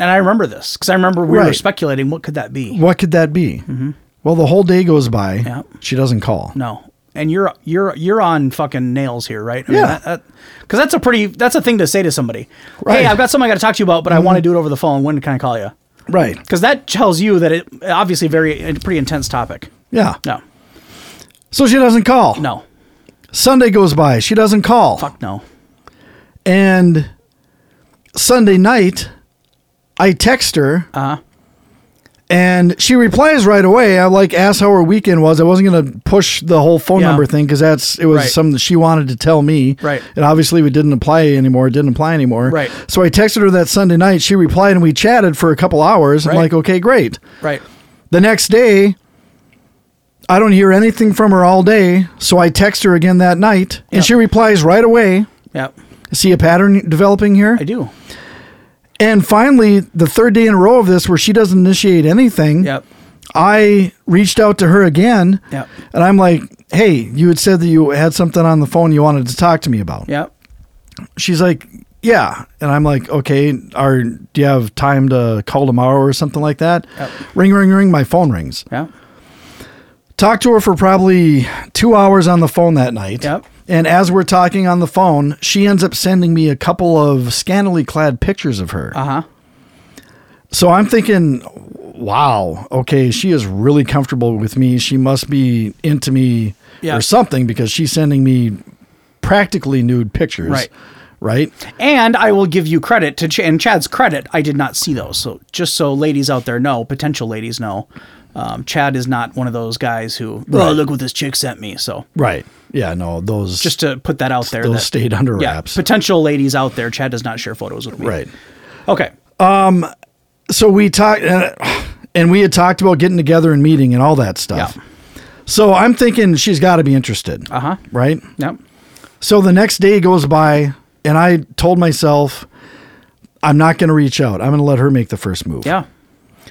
C: And I remember this because I remember we were
A: Right.
C: speculating what could that be.
A: What could that be? Well, the whole day goes by.
C: Mm-hmm. Yeah.
A: She doesn't call.
C: No. And you're you're you're on fucking nails here, right? I
A: Yeah.
C: that, that, Cuz that's a pretty that's a thing to say to somebody.
A: Right. Mm-hmm.
C: Hey, I've got something I got to talk to you about, but I want to do it over the phone. When can I call you?
A: Right.
C: Cuz that tells you that it obviously very a pretty intense topic.
A: Yeah.
C: No.
A: So she doesn't call.
C: No.
A: Sunday goes by. She doesn't call.
C: Fuck no.
A: And Sunday night, I text her.
C: Uh-huh.
A: And she replies right away. I like asked how her weekend was. I wasn't gonna push the whole phone
C: Yeah.
A: number thing because that's it was
C: Right.
A: something that she wanted to tell me.
C: Right.
A: And obviously we didn't apply anymore. It didn't apply anymore.
C: Right.
A: So I texted her that Sunday night. She replied and we chatted for a couple hours. I'm
C: Right.
A: like, okay, great.
C: Right.
A: The next day, I don't hear anything from her all day, so I text her again that night,
C: Yeah.
A: and she replies right away.
C: Yeah.
A: See a pattern developing here?
C: I do.
A: And finally, the third day in a row of this where she doesn't initiate anything,
C: Yep.
A: I reached out to her again,
C: Yep.
A: and I'm like, hey, you had said that you had something on the phone you wanted to talk to me about.
C: Yep.
A: She's like, yeah. And I'm like, okay, are, do you have time to call tomorrow or something like that?
C: Yep.
A: Ring, ring, ring. My phone rings.
C: Yeah.
A: Talked to her for probably two hours on the phone that night.
C: Yep.
A: And as we're talking on the phone, she ends up sending me a couple of scantily clad pictures of her.
C: Uh-huh.
A: So I'm thinking, wow, okay, she is really comfortable with me. She must be into me
C: Yeah.
A: or something because she's sending me practically nude pictures.
C: Right.
A: Right.
C: And I will give you credit to Ch- and Chad's credit. I did not see those. So just so ladies out there know, potential ladies know, um, Chad is not one of those guys who
A: Right.
C: oh look what this chick sent me. So
A: Right. Yeah. No, those
C: just to put that out there,
A: those
C: that-
A: stayed under
C: yeah,
A: wraps.
C: potential ladies out there, Chad does not share photos with me.
A: right.
C: Okay.
A: So we talked, and, and we had talked about getting together and meeting and all that stuff.
C: Yeah.
A: So I'm thinking she's got to be interested.
C: Uh huh.
A: Right.
C: Yep.
A: So the next day goes by, and I told myself, I'm not going to reach out. I'm going to let her make the first move.
C: Yeah.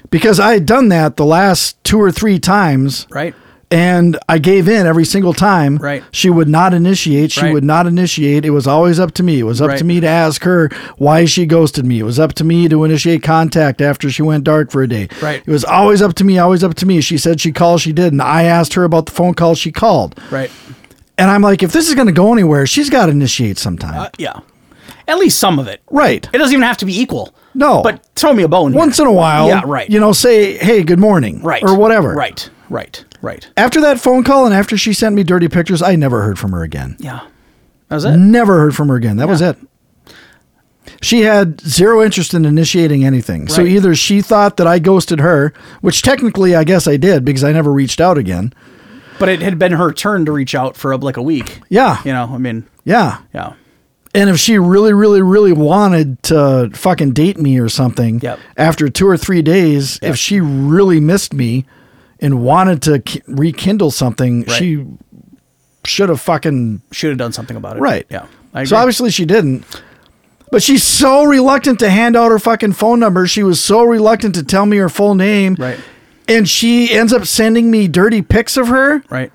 A: Because I had done that the last two or three times,
C: Right.
A: And I gave in every single time.
C: Right.
A: She would not initiate. She
C: Right.
A: would not initiate. It was always up to me. It was up to
C: Right.
A: me to ask her why she ghosted me. It was up to me to initiate contact after she went dark for a day.
C: Right.
A: It was always up to me, always up to me. She said she called, she didn't. I asked her about the phone call she called.
C: Right.
A: And I'm like, if this is going to go anywhere, she's got to initiate sometime.
C: Uh, yeah. At least some of it.
A: right.
C: It doesn't even have to be equal.
A: No.
C: But throw me a bone. here.
A: Once in a while.
C: Yeah, right.
A: You know, say, hey, good morning.
C: right.
A: Or whatever.
C: Right. Right. Right.
A: After that phone call and after she sent me dirty pictures, I never heard from her again.
C: Yeah. That was it.
A: Never heard from her again. That was it. She had zero interest in initiating anything. So
C: Right.
A: either she thought that I ghosted her, which technically I guess I did because I never reached out again.
C: But it had been her turn to reach out for like a week.
A: Yeah.
C: You know, I mean,
A: Yeah.
C: yeah.
A: And if she really, really, really wanted to fucking date me or something,
C: Yep.
A: after two or three days,
C: Yep.
A: if she really missed me and wanted to ki- rekindle something,
C: Right.
A: she should have fucking
C: Should have done something about it.
A: right.
C: Yeah. I
A: so
C: agree.
A: obviously she didn't. But she's so reluctant to hand out her fucking phone number. She was so reluctant to tell me her full name.
C: Right.
A: And she ends up sending me dirty pics of her.
C: Right.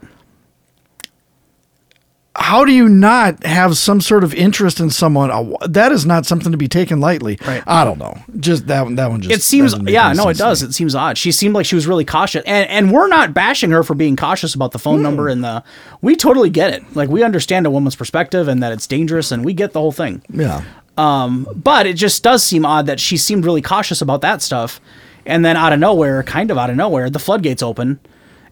A: how do you not have some sort of interest in someone? Uh, wh- That is not something to be taken lightly.
C: Right.
A: I don't know. Just that one. That one just.
C: It seems,
A: doesn't make
C: yeah,
A: any
C: no,
A: sense
C: it
A: to
C: does.
A: me.
C: It seems odd. She seemed like she was really cautious, and and we're not bashing her for being cautious about the
A: Hmm.
C: phone number and the. We totally get it. Like we understand a woman's perspective and that it's dangerous, and we get the whole thing.
A: Yeah.
C: But it just does seem odd that she seemed really cautious about that stuff, and then out of nowhere, kind of out of nowhere, the floodgates open,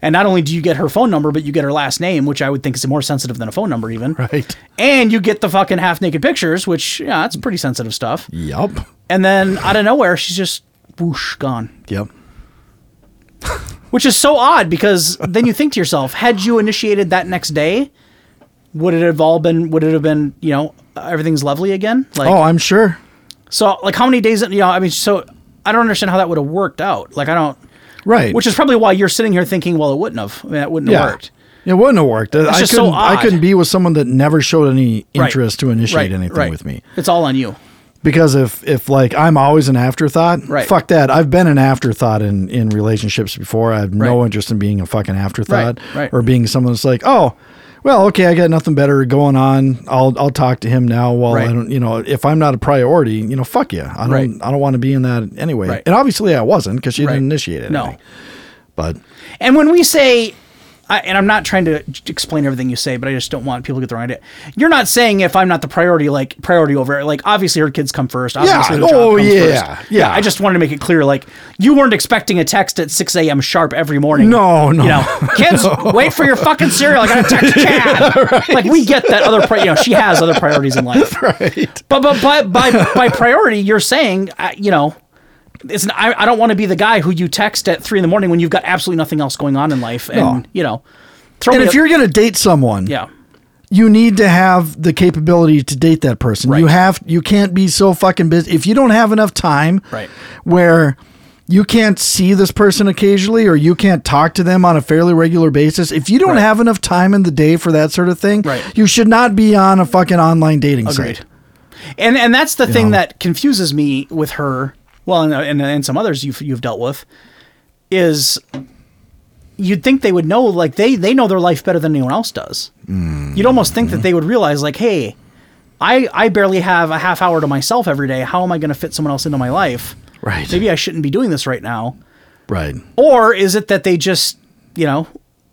C: and not only do you get her phone number, but you get her last name, which I would think is more sensitive than a phone number, even.
A: Right.
C: And you get the fucking half naked pictures, which yeah, that's pretty sensitive stuff.
A: Yup.
C: And then out of nowhere, she's just whoosh gone.
A: Yep.
C: Which is so odd because then you think to yourself, had you initiated that next day, would it have all been? Would it have been? You know, everything's lovely again. Like
A: Oh, I'm sure.
C: so, like how many days? You know, I mean, so I don't understand how that would have worked out. Like I don't,
A: Right.
C: which is probably why you're sitting here thinking, well, it wouldn't have. I mean, that wouldn't
A: yeah.
C: have worked.
A: It wouldn't have worked. I couldn't.
C: just so
A: I
C: odd.
A: couldn't be with someone that never showed any
C: Right.
A: interest to initiate
C: Right,
A: anything
C: right.
A: with me.
C: It's all on you.
A: Because if if like I'm always an afterthought,
C: Right.
A: fuck that. I've been an afterthought in in relationships before. I have no
C: Right.
A: interest in being a fucking afterthought
C: Right, right.
A: or being someone that's like, "Oh, well, okay, I got nothing better going on. I'll I'll talk to him now while
C: Right.
A: I don't, you know, if I'm not a priority, you know, fuck you. I don't
C: Right.
A: I don't want to be in that anyway."
C: Right.
A: And obviously I wasn't cuz she
C: Right.
A: didn't initiate it.
C: No.
A: But
C: And when we say, I, and I'm not trying to j- explain everything you say, but I just don't want people to get the wrong idea. You're not saying if I'm not the priority, like priority over, like obviously her kids come first. Obviously her job
A: oh,
C: comes
A: yeah,
C: first.
A: yeah.
C: I just wanted to make it clear, like you weren't expecting a text at 6 a.m. sharp every morning.
A: No, no.
C: You know, kids, wait for your fucking cereal. I got to text Chad. Like we get that other, pri- you know, she has other priorities in life.
A: right.
C: But but by by, by priority, you're saying uh, you know, it's an, I, I don't want to be the guy who you text at three in the morning when you've got absolutely nothing else going on in life, and
A: No.
C: you know, throw
A: And
C: me
A: if
C: a-
A: you're going to date someone,
C: yeah
A: you need to have the capability to date that person. You
C: Right.
A: have you can't be so fucking busy if you don't have enough time
C: Right.
A: where you can't see this person occasionally or you can't talk to them on a fairly regular basis. If you don't
C: Right.
A: have enough time in the day for that sort of thing,
C: Right.
A: you should not be on a fucking online dating
C: agreed,
A: site.
C: and and that's the thing
A: know.
C: that confuses me with her. Well, and and, and some others you've you've dealt with is. You'd think they would know, like they they know their life better than anyone else does.
A: Mm-hmm.
C: You'd almost think that they would realize, like, hey, I I barely have a half hour to myself every day. How am I going to fit someone else into my life?
A: Right.
C: maybe I shouldn't be doing this right now.
A: Right.
C: Or is it that they just, you know,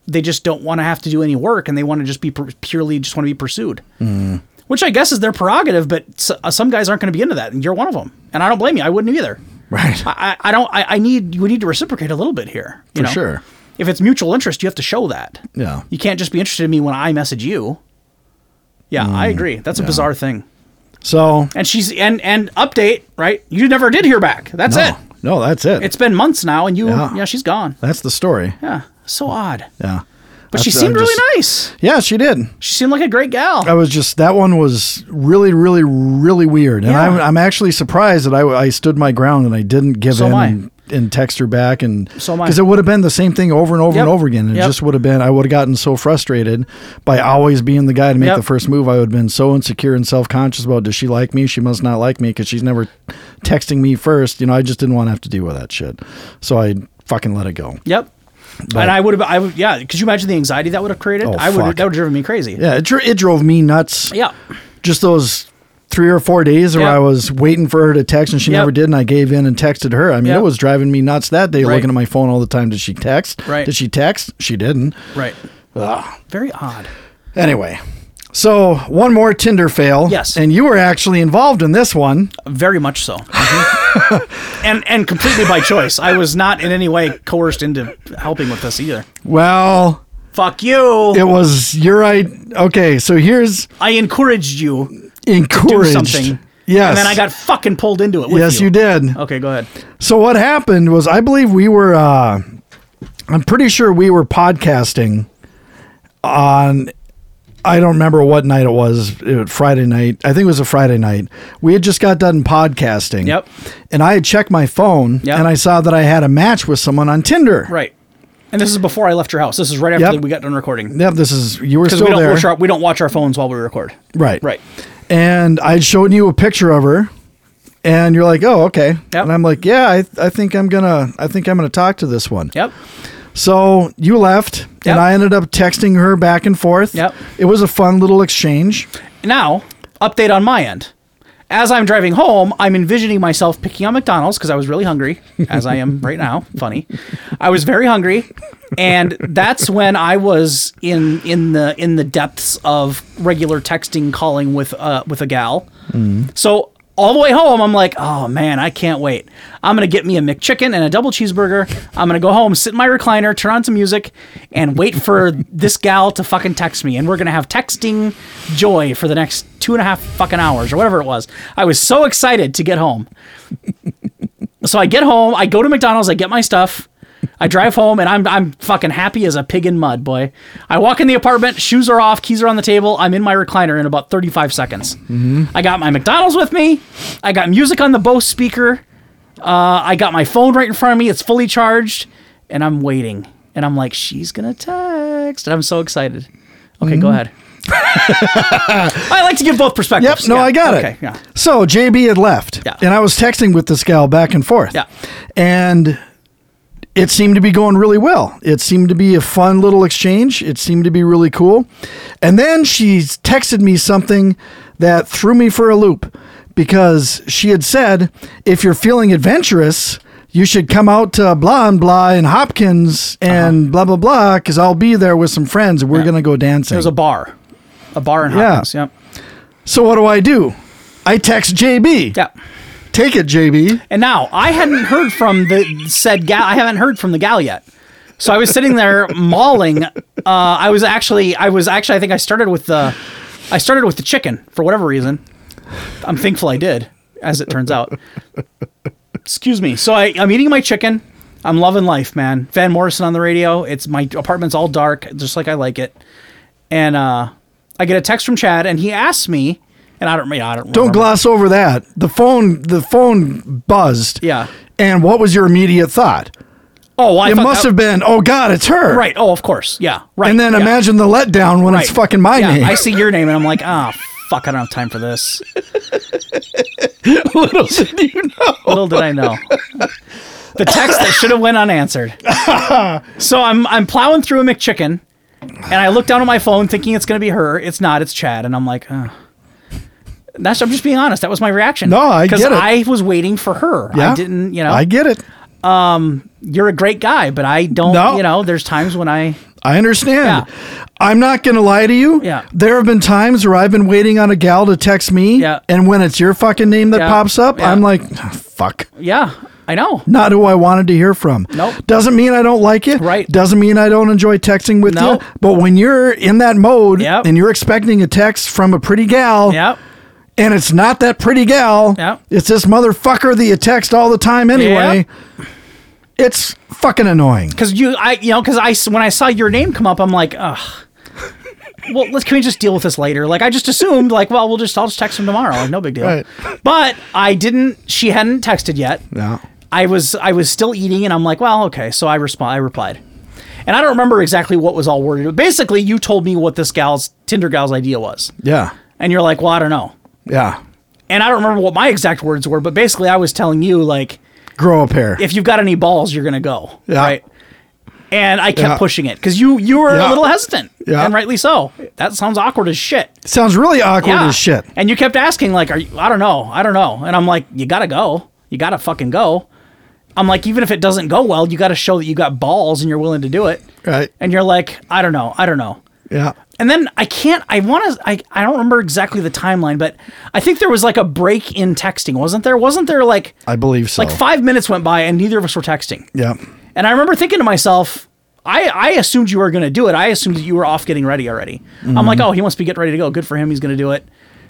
C: they just don't want to have to do any work and they want to just be pur- purely just want to be pursued,
A: Hmm.
C: which I guess is their prerogative. But s- uh, some guys aren't going to be into that, and you're one of them. And I don't blame you. I wouldn't either.
A: Right.
C: I, I I don't. I, I need we need to reciprocate a little bit here. You
A: For
C: know?
A: sure.
C: If it's mutual interest, you have to show that.
A: Yeah.
C: You can't just be interested in me when I message you. Yeah,
A: Hmm.
C: I agree. That's a bizarre thing.
A: So
C: And she's and and update right. You never did hear back. That's
A: no.
C: it.
A: oh, No, that's it.
C: It's been months now, and you
A: Yeah.
C: yeah, she's gone.
A: that's the story.
C: Yeah, so odd.
A: Yeah.
C: But she
A: That's-
C: seemed
A: I'm
C: really
A: just-
C: nice.
A: Yeah, she did.
C: She seemed like a great gal.
A: I was just that one was really, really, really weird, and
C: Yeah.
A: I'm, I'm actually surprised that I, I stood my ground and I didn't give
C: So
A: in
C: am I.
A: and, and text her back and
C: So am I.
A: because it would have been the same thing over and over
C: Yep.
A: and over again. It
C: Yep.
A: just would have been I would have gotten so frustrated by always being the guy to make
C: Yep.
A: the first move. I would have been so insecure and self conscious about does she like me? She must not like me because she's never texting me first. You know, I just didn't want to have to deal with that shit, so I fucking let it go.
C: yep.
A: But-
C: and I would have, I would, yeah. Could you imagine the anxiety that would have created?
A: Oh,
C: I would,
A: fuck.
C: that would have driven me crazy.
A: Yeah, it, dr- it drove me nuts.
C: Yeah.
A: Just those three or four days where
C: Yeah.
A: I was waiting for her to text and she
C: Yep.
A: never did, and I gave in and texted her. I mean,
C: Yeah.
A: it was driving me nuts that day,
C: Right.
A: looking at my phone all the time. Did she text?
C: Right.
A: Did she text? She didn't.
C: Right. Very odd.
A: Anyway, so one more Tinder fail.
C: Yes.
A: And you were actually involved in this one.
C: Very much so. Mm-hmm. and and completely by choice. I was not in any way coerced into helping with this either.
A: Well,
C: Fuck you.
A: it was, you're right. Okay, so here's
C: I encouraged you to do
A: encouraged.
C: something.
A: Yes.
C: And then I got fucking pulled into it. With
A: Yes, you. did.
C: Okay, go ahead.
A: So what happened was I believe we were uh I'm pretty sure we were podcasting on I don't remember what night it was. It was Friday night. I think it was a Friday night. We had just got done podcasting.
C: Yep.
A: And I had checked my phone
C: Yep.
A: and I saw that I had a match with someone on Tinder.
C: Right. And this is before I left your house. This is right after
A: Yep.
C: we got done recording.
A: Yep, this is you were
C: Because we
A: still
C: don't
A: there.
C: watch our we don't watch our phones while we record.
A: Right.
C: Right.
A: And I showed you a picture of her and you're like, "Oh, okay."
C: Yep.
A: And I'm like, "Yeah, I, I think I'm going to I think I'm going to talk to this one."
C: Yep.
A: So you left,
C: Yep.
A: and I ended up texting her back and forth.
C: Yep.
A: It was a fun little exchange.
C: Now, update on my end. As I'm driving home, I'm envisioning myself picking up McDonald's because I was really hungry, as I am right now. Funny, I was very hungry, and that's when I was in in the in the depths of regular texting, calling with uh, with a gal. So all the way home, I'm like, oh man, I can't wait. I'm gonna get me a McChicken and a double cheeseburger. I'm gonna go home, sit in my recliner, turn on some music, and wait for this gal to fucking text me. And we're gonna have texting joy for the next two and a half fucking hours or whatever it was. I was so excited to get home. so I get home, I go to McDonald's, I get my stuff. I drive home and I'm I'm fucking happy as a pig in mud, boy. I walk in the apartment, shoes are off, keys are on the table. I'm in my recliner in about 35 seconds. I got my McDonald's with me. I got music on the Bose speaker. Uh, I got my phone right in front of me. It's fully charged, and I'm waiting. And I'm like, she's gonna text. And I'm so excited. Okay,
A: Mm-hmm.
C: go ahead. I like to give both
A: Yep.
C: perspectives.
A: No,
C: Yeah,
A: I got
C: okay,
A: it.
C: Yeah.
A: So JB had left,
C: Yeah.
A: and I was texting with this gal back and forth.
C: Yeah.
A: And it seemed to be going really well. It seemed to be a fun little exchange. It seemed to be really cool. And then she texted me something that threw me for a loop because she had said, if you're feeling adventurous, you should come out to blah and blah and Hopkins and blah blah blah because I'll be there with some friends and we're
C: Uh-huh. Yeah.
A: gonna go dancing.
C: There was a bar, a bar in
A: Yeah.
C: Hopkins. Yep.
A: so what do I do? I text JB.
C: Yep.
A: Take it, JB.
C: And now I hadn't heard from the said gal. I haven't heard from the gal yet. So I was sitting there mauling. Uh, I was actually, I was actually, I think I started with the, I started with the chicken for whatever reason. I'm thankful I did, as it turns out. Excuse me. So I, I'm eating my chicken. I'm loving life, man. Van Morrison on the radio. It's my apartment's all dark, just like I like it. And uh, I get a text from Chad, and he asks me, and I don't, yeah, I don't.
A: Don't
C: remember.
A: gloss over that. The phone, the phone buzzed.
C: Yeah.
A: And what was your immediate thought?
C: Oh, I
A: it
C: thought
A: must
C: that-
A: have been, oh God, it's her.
C: Right. Oh, of course. Yeah. Right.
A: And then
C: yeah.
A: imagine the letdown when it's
C: Right.
A: fucking my
C: Yeah,
A: name.
C: I see your name and I'm like, ah, fuck, I don't have time for this.
E: Little did you know.
C: Little did I know. The text that should have went unanswered. so I'm I'm plowing through a McChicken and I look down at my phone thinking it's gonna be her. It's not, it's Chad, and I'm like, oh. That's I'm just being honest. That was my reaction.
A: No, I get it.
C: I was waiting for her. I
A: Yeah.
C: didn't, you know.
A: I get it.
C: you're a great guy, but I don't,
A: No.
C: you know, there's times when I
A: I understand.
C: Yeah.
A: I'm not going to lie to you.
C: Yeah.
A: There have been times where I've been waiting on a gal to text me.
C: Yeah.
A: And when it's your fucking name that
C: Yeah.
A: pops up,
C: Yeah.
A: I'm like, fuck.
C: yeah, I know.
A: Not who I wanted to hear from.
C: Nope.
A: Doesn't mean I don't like it.
C: Right.
A: Doesn't mean I don't enjoy texting with
C: Nope.
A: you. But when you're in that mode
C: Yep.
A: and you're expecting a text from a pretty gal,
C: Yep.
A: and it's not that pretty gal.
C: Yep.
A: It's this motherfucker that you text all the time anyway.
C: Yep.
A: It's fucking annoying.
C: because you I you know because I s- when I saw your name come up, I'm like, ugh. Well, let's can we just deal with this later? Like I just assumed, like, well, we'll just I'll just text him tomorrow. Like no big deal.
A: Right.
C: But I didn't. She hadn't texted yet.
A: No.
C: I was I was still eating, and I'm like, well, okay. So I respond. I replied, and I don't remember exactly what was all worded. But basically, you told me what this gal's Tinder gal's idea was,
A: Yeah.
C: and you're like, well, I don't know,
A: Yeah.
C: and I don't remember what my exact words were, but basically, I was telling you like,
A: Grow a pair.
C: if you've got any balls, you're gonna go.
A: Yeah.
C: Right. and I kept
A: Yeah.
C: pushing it because you you were
A: Yeah.
C: a little hesitant,
A: Yeah.
C: and rightly so. That sounds awkward as shit.
A: Sounds really awkward
C: Yeah.
A: as shit.
C: And you kept asking like, "Are you? I don't know. I don't know." And I'm like, "You gotta go. You gotta fucking go." I'm like, even if it doesn't go well, you gotta show that you got balls and you're willing to do it.
A: Right.
C: And you're like, "I don't know. I don't know."
A: Yeah.
C: And then I can't. I want to. I, I don't remember exactly the timeline, but I think there was like a break in texting, wasn't there? Wasn't there like
A: I believe so.
C: like five minutes went by and neither of us were texting.
A: Yeah.
C: And I remember thinking to myself, I, I assumed you were going to do it. I assumed that you were off getting ready already. I'm like, oh, he must be getting ready to go. Good for him. He's going to do it.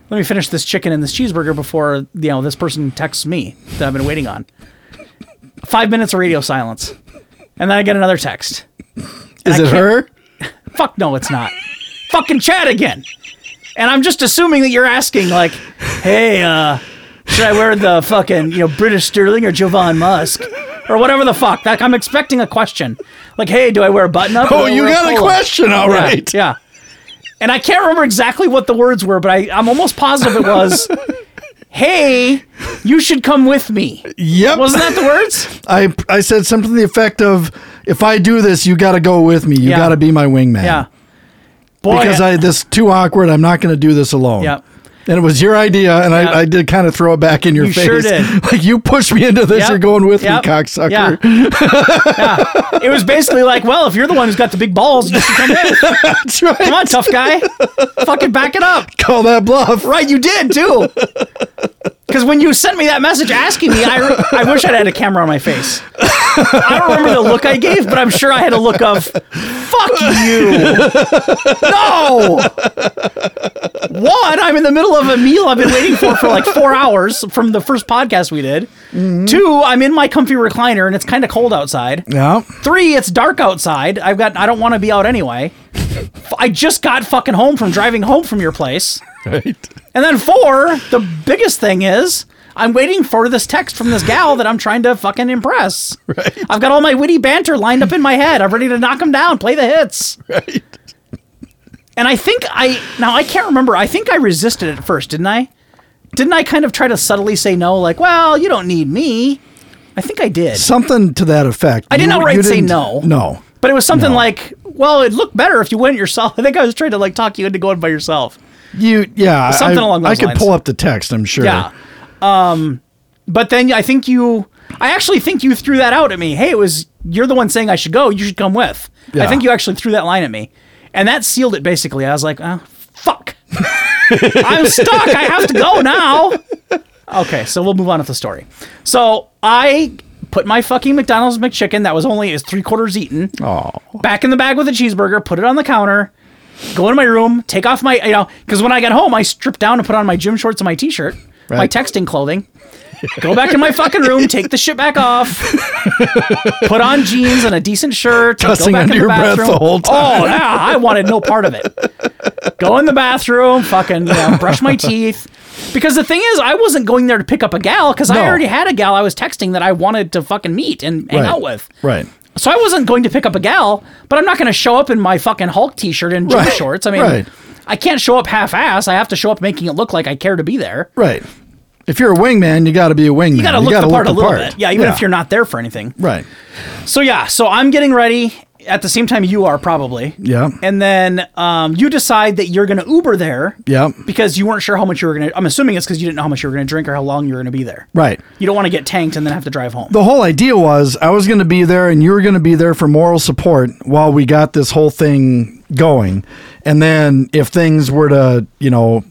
C: Let me finish this chicken and this cheeseburger before you know this person texts me that I've been waiting on. Five minutes of radio silence, and then I get another text.
A: Is
C: I
A: it
C: can't-
A: her?
C: Fuck no, it's not. Fucking chat again. And I'm just assuming that you're asking like, hey, uh, should I wear the fucking you know British Sterling or Jovan Musk or whatever the fuck? Like I'm expecting a question. Like, hey, do I wear a button up? or
A: Oh,
C: do I
A: you
C: wear
A: got a
C: polo?
A: question. All
C: Yeah,
A: right.
C: Yeah. And I can't remember exactly what the words were, but I, I'm almost positive it was, hey, you should come with me.
A: Yep.
C: Wasn't that the words?
A: I I said something to the effect of, "If I do this, you got to go with me. You
C: Yeah.
A: got to be my wingman."
C: Yeah. Boy,
A: Because I this too awkward. I'm not going to do this alone.
C: Yep.
A: And it was your idea, and
C: Yep.
A: I, I did kind of throw it back in your
C: You
A: face.
C: sure did.
A: Like you pushed me into this.
C: Yep.
A: You're going with
C: Yep.
A: me, cocksucker.
C: Yeah. Yeah. It was basically like, well, if you're the one who's got the big balls, you should come in.
A: That's right.
C: Come on, tough guy. Fucking back it up.
A: Call that bluff.
C: Right, you did too. Because when you sent me that message asking me, I, re- I wish I'd had a camera on my face. I don't remember the look I gave, but I'm sure I had a look of, fuck you. No. One, I'm in the middle of a meal I've been waiting for for like four hours from the first podcast we did. Two, I'm in my comfy recliner and it's kind of cold outside.
A: Yeah.
C: Three, it's dark outside. I've got. I don't want to be out anyway. F- I just got fucking home from driving home from your place.
A: Right.
C: And then four, the biggest thing is I'm waiting for this text from this gal that I'm trying to fucking impress. Right. I've got all my witty banter lined up in my head. I'm ready to knock them down, play the hits. Right. And I think I now I can't remember. I think I resisted at first, didn't I? Didn't I kind of try to subtly say no, like, well, you don't need me? I think I did.
A: Something to that effect. I
C: didn't outright say no.
A: No.
C: But it was something like, well, it'd look better if you went yourself. I think I was trying to like talk you into going by yourself.
A: You yeah.
C: Something
A: I,
C: along
A: I
C: those
A: could
C: lines.
A: pull up the text. I'm sure.
C: Yeah. Um, but then I think you, I actually think you threw that out at me. Hey, it was, you're the one saying I should go. You should come with. I
A: Yeah.
C: think you actually threw that line at me. And that sealed it basically. I was like, oh, fuck. I'm stuck. I have to go now. Okay, so we'll move on with the story. So I put my fucking McDonald's McChicken that was only is three quarters eaten
A: Oh,
C: back in the bag with a cheeseburger, put it on the counter, go into my room, take off my, you know, because when I got home, I stripped down and put on my gym shorts and my t shirt, my
A: Right.
C: texting clothing, go back in my fucking room, take the shit back off, put on jeans and a decent shirt,
A: Cussing
C: go back
A: under
C: in the
A: your breath
C: bathroom.
A: the whole time.
C: Oh, yeah, I wanted no part of it. Go in the bathroom, fucking you know, brush my teeth. Because the thing is, I wasn't going there to pick up a gal because I
A: No.
C: already had a gal I was texting that I wanted to fucking meet and hang
A: Right.
C: out with.
A: Right.
C: So I wasn't going to pick up a gal, but I'm not going to show up in my fucking Hulk t-shirt and gym
A: Right,
C: shorts. I mean,
A: right.
C: I can't show up half-ass. I have to show up making it look like I care to be there.
A: Right. If you're a wingman, you got to be a wingman.
C: You got to look the part a little bit. Yeah, even if you're not there for anything.
A: Right.
C: So yeah, so I'm getting ready at the same time you are probably.
A: Yeah.
C: And then um, you decide that you're going to Uber there.
A: Yeah.
C: Because you weren't sure how much you were going to. I'm assuming it's because you didn't know how much you were going to drink or how long you were going to be there.
A: Right.
C: You don't want to get tanked and then have to drive home.
A: The whole idea was I was going to be there and you were going to be there for moral support while we got this whole thing going. And then if things were to, you know,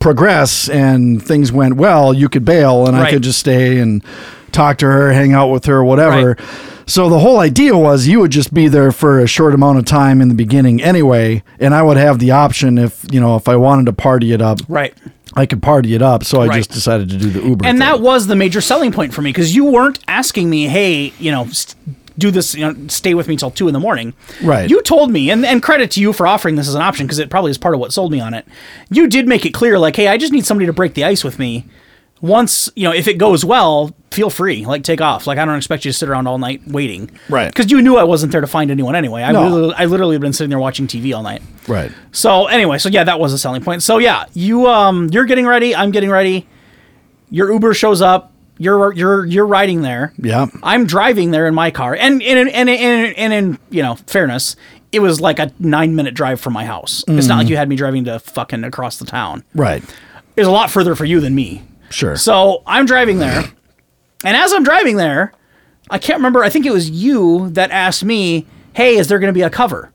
A: progress and things went well, you could bail and
C: Right.
A: I could just stay and talk to her, hang out with her, whatever.
C: Right.
A: So the whole idea was you would just be there for a short amount of time in the beginning anyway, and I would have the option if, you know, if I wanted to party it up.
C: right.
A: I could party it up, so I
C: Right.
A: just decided to do the Uber.
C: and
A: thing.
C: that was the major selling point for me because you weren't asking me hey you know st- do this you know stay with me till two in the morning
A: Right.
C: you told me and, and credit to you for offering this as an option because it probably is part of what sold me on it you did make it clear like hey i just need somebody to break the ice with me once you know if it goes well feel free like take off like i don't expect you to sit around all night waiting
A: Right.
C: because you knew i wasn't there to find anyone anyway I,
A: No.
C: literally, I literally have been sitting there watching tv all night
A: right.
C: so anyway, so yeah, that was a selling point. So yeah, you um you're getting ready, I'm getting ready. Your Uber shows up. You're you're you're riding there.
A: Yeah.
C: I'm driving there in my car, and and and and and, and in you know fairness, it was like a nine minute drive from my house. It's not like you had me driving to fucking across the town.
A: Right.
C: It was a lot further for you than me.
A: Sure.
C: So I'm driving there, and as I'm driving there, I can't remember. I think it was you that asked me, "Hey, is there going to be a cover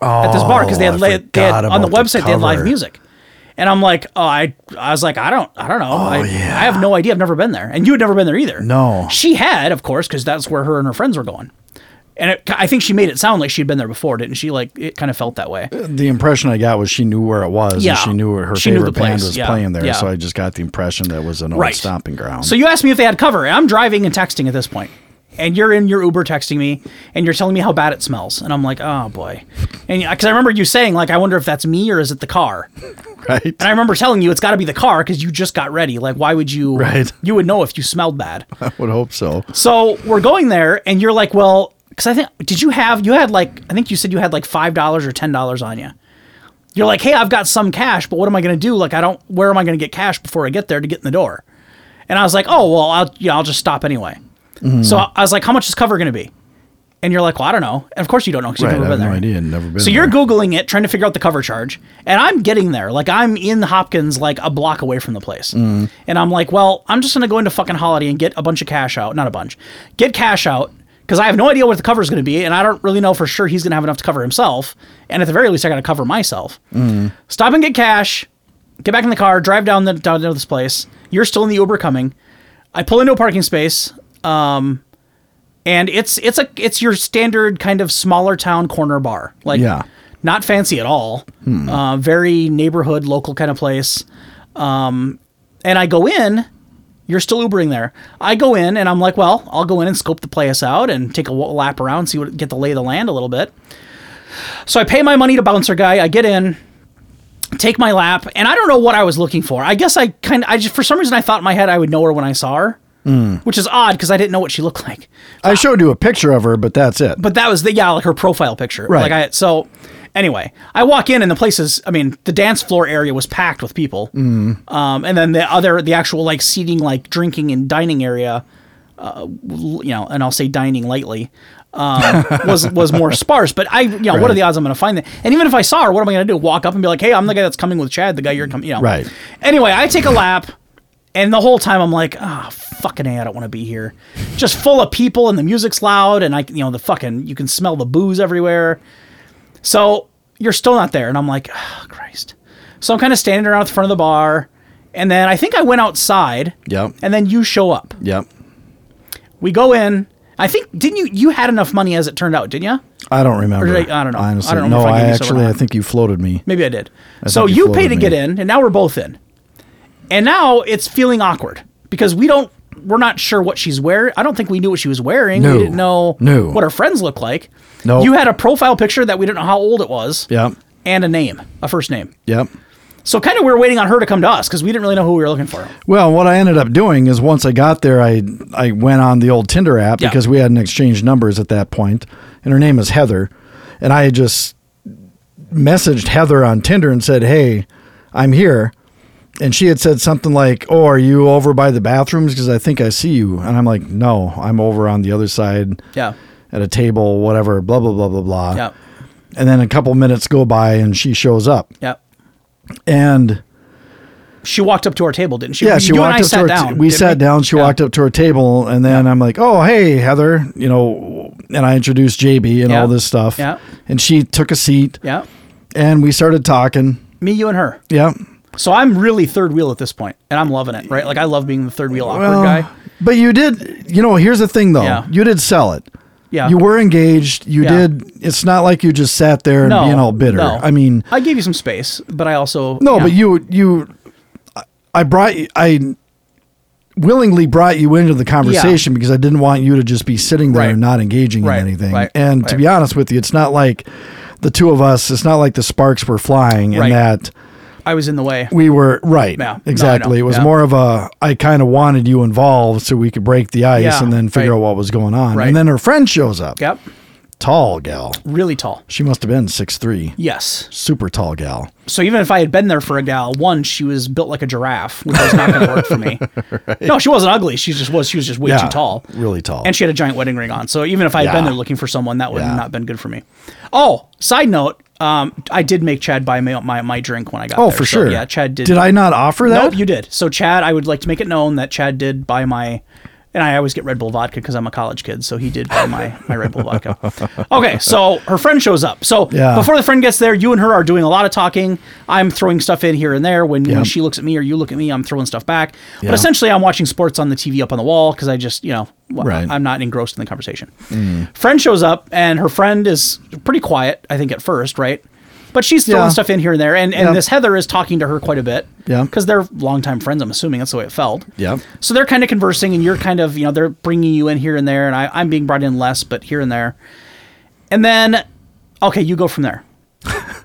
C: at this bar?" Because they
A: Oh, I
C: had, la- they
A: forgot
C: had on the
A: about
C: website
A: the
C: they had live
A: cover.
C: music, and I'm like, "Oh, I I was like, I don't I don't know. I,
A: Oh, yeah.
C: I have no idea. I've never been there, and you had never been there either.
A: No.
C: she had, of course, because that's where her and her friends were going." And it, I think she made it sound like she'd been there before, didn't she? Like it kind of felt that way.
A: The impression I got was she knew where it was.
C: Yeah.
A: And she knew where her
C: She knew
A: favorite
C: the
A: band
C: place.
A: was
C: Yeah.
A: playing there.
C: Yeah.
A: So I just got the impression that was an old
C: Right.
A: stomping ground.
C: So you asked me if they had cover. and I'm driving and texting at this point. And you're in your Uber texting me and you're telling me how bad it smells. And I'm like, oh boy. And because I remember you saying, like, I wonder if that's me or is it the car?
A: right.
C: And I remember telling you it's got to be the car because you just got ready. Like, why would you?
A: Right.
C: You would know if you smelled bad.
A: I would hope so.
C: So we're going there and you're like, well, because I think, did you have, you had like, I think you said you had like $5 or $10 on you. You're like, hey, I've got some cash, but what am I going to do? Like, I don't, where am I going to get cash before I get there to get in the door? And I was like, oh, well, I'll, you know, I'll just stop anyway.
A: Mm-hmm.
C: So I was like, how much is cover going to be? And you're like, well, I don't know. And of course you don't know because
A: Right.
C: you've
A: I
C: never
A: have
C: been
A: no
C: there.
A: idea. Never been
C: So you're
A: there.
C: googling it, trying to figure out the cover charge, and I'm getting there. Like I'm in Hopkins, like a block away from the place,
A: Mm.
C: and I'm like, well, I'm just gonna go into fucking Holiday and get a bunch of cash out. Not a bunch, get cash out because I have no idea what the cover's gonna be, and I don't really know for sure he's gonna have enough to cover himself. And at the very least, I gotta cover myself.
A: Mm.
C: Stop and get cash. Get back in the car. Drive down the down to this place. You're still in the Uber coming. I pull into a parking space. Um, and it's it's a it's your standard kind of smaller town corner bar. Like
A: Yeah.
C: not fancy at all. Uh, very neighborhood, local kind of place. Um, and I go in. You're still Ubering there. I go in and I'm like, well, I'll go in and scope the place out and take a wa- lap around, see what get the lay of the land a little bit. So I pay my money to bouncer guy. I get in, take my lap, and I don't know what I was looking for. I guess I kind of, I just for some reason I thought in my head I would know her when I saw her, which is odd because I didn't know what she looked like
A: I showed you a picture of her, but that's it.
C: but that was the yeah like her profile picture
A: Right.
C: like i so anyway i walk in and the place is i mean the dance floor area was packed with people um, and then the other the actual like seating like drinking and dining area uh, l- you know and i'll say dining lightly um, was was more sparse but i you know what are
A: Right.
C: the odds i'm gonna find that and even if i saw her what am i gonna do walk up and be like hey i'm the guy that's coming with chad the guy you're coming you know
A: Right.
C: anyway i take a lap and the whole time I'm like, ah, fucking A, I don't want to be here. Just full of people and the music's loud and I, you know, the fucking, you can smell the booze everywhere. So you're still not there. And I'm like, oh, Christ. So I'm kind of standing around at the front of the bar. And then I think I went outside.
A: Yep.
C: And then you show up.
A: Yep.
C: We go in. I think, didn't you, you had enough money as it turned out, didn't you?
A: I don't remember.
C: did I- I don't know. I
A: Honestly,
C: don't know
A: no.
C: if I
A: I,
C: gave you some or
A: actually, I
C: not.
A: think you floated me.
C: Maybe I did. so
A: think you
C: you pay
A: floated
C: to
A: me.
C: get in, and now we're both in. And now it's feeling awkward because we don't we're not sure what she's wearing. I don't think we knew what she was wearing.
A: No.
C: We didn't know
A: No.
C: what her friends looked like.
A: No.
C: You had a profile picture that we didn't know how old it was.
A: Yep.
C: And a name, a first name.
A: Yep.
C: So kind of we were waiting on her to come to us because we didn't really know who we were looking for.
A: Well, what I ended up doing is once I got there, I I went on the old Tinder app
C: Yeah.
A: because we hadn't exchanged numbers at that point, and her name is Heather, and I had just messaged Heather on Tinder and said, "Hey, I'm here," and she had said something like, "Oh, are you over by the bathrooms? Because I think I see you," and I'm like, "No, I'm over on the other side."
C: Yeah.
A: At a table, whatever, blah blah blah blah blah.
C: Yeah.
A: And then a couple minutes go by, and she shows up,
C: Yeah.
A: and
C: She walked up to our table, didn't she?
A: yeah, she
C: you and
A: walked
C: I
A: up
C: sat
A: to her.
C: down.
A: we
C: didn't
A: sat down. She
C: Yeah.
A: walked up to her table, and then I'm like, "Oh, hey, Heather," you know, and I introduced JB and
C: Yeah.
A: all this stuff.
C: Yeah.
A: And she took a seat,
C: Yeah.
A: and we started talking.
C: Me, you, and her.
A: Yeah.
C: So I'm really third wheel at this point, and I'm loving it, right? Like I love being the third wheel awkward
A: Well,
C: guy.
A: But you did, you know. Here's the thing, though.
C: Yeah.
A: You did sell it.
C: Yeah.
A: You were engaged. You
C: Yeah.
A: did. It's not like you just sat there and
C: no,
A: being all bitter.
C: no.
A: I mean,
C: I gave you some space, but I also
A: No,
C: yeah.
A: but you you I brought I willingly brought you into the conversation because I didn't want you to just be sitting there
C: Right.
A: and not engaging
C: Right,
A: in anything.
C: right,
A: and to
C: right.
A: be honest with you, it's not like the two of us, it's not like the sparks were flying and
C: Right.
A: that
C: I was in the way.
A: we were right.
C: Yeah. No, I
A: Exactly. it
C: know.
A: was
C: Yeah.
A: more of a I kind of wanted you involved so we could break the ice
C: Yeah,
A: and then figure
C: right.
A: out what was going on.
C: Right.
A: And then her friend shows up.
C: Yep.
A: tall gal.
C: Really tall.
A: She must have been six three.
C: Yes.
A: Super tall gal.
C: So even if I had been there for a gal, one, she was built like a giraffe, which was not going to work for me. No, she wasn't ugly. She just was. She was just way too tall.
A: Really tall.
C: And she had a giant wedding ring on. So even if I had been
A: Yeah.
C: there looking for someone, that would
A: Yeah.
C: have not been good for me. Oh, side note, um, I did make Chad buy my my, my drink when I got
A: oh,
C: there.
A: for
C: So,
A: sure.
C: yeah, Chad did.
A: Did I not offer that?
C: Nope, you did. So Chad, I would like to make it known that Chad did buy my, and I always get Red Bull vodka because I'm a college kid. So he did buy my my Red Bull vodka. Okay, so her friend shows up. So
A: Yeah.
C: before the friend gets there, you and her are doing a lot of talking. I'm throwing stuff in here and there. When, when
A: Yep.
C: she looks at me or you look at me, I'm throwing stuff back.
A: Yeah.
C: But essentially, I'm watching sports on the TV up on the wall because I just you know well,
A: Right. Mm.
C: I'm not engrossed in the conversation. Friend shows up and her friend is pretty quiet. I think at first, right? But she's throwing
A: Yeah.
C: stuff in here and there, and, and
A: Yeah.
C: this Heather is talking to her quite a bit.
A: Yeah.
C: Because they're longtime friends, I'm assuming. That's the way it felt.
A: Yep.
C: So they're kind of conversing, and you're kind of, you know, they're bringing you in here and there, and I, I'm being brought in less, but here and there. And then, okay, you go from there.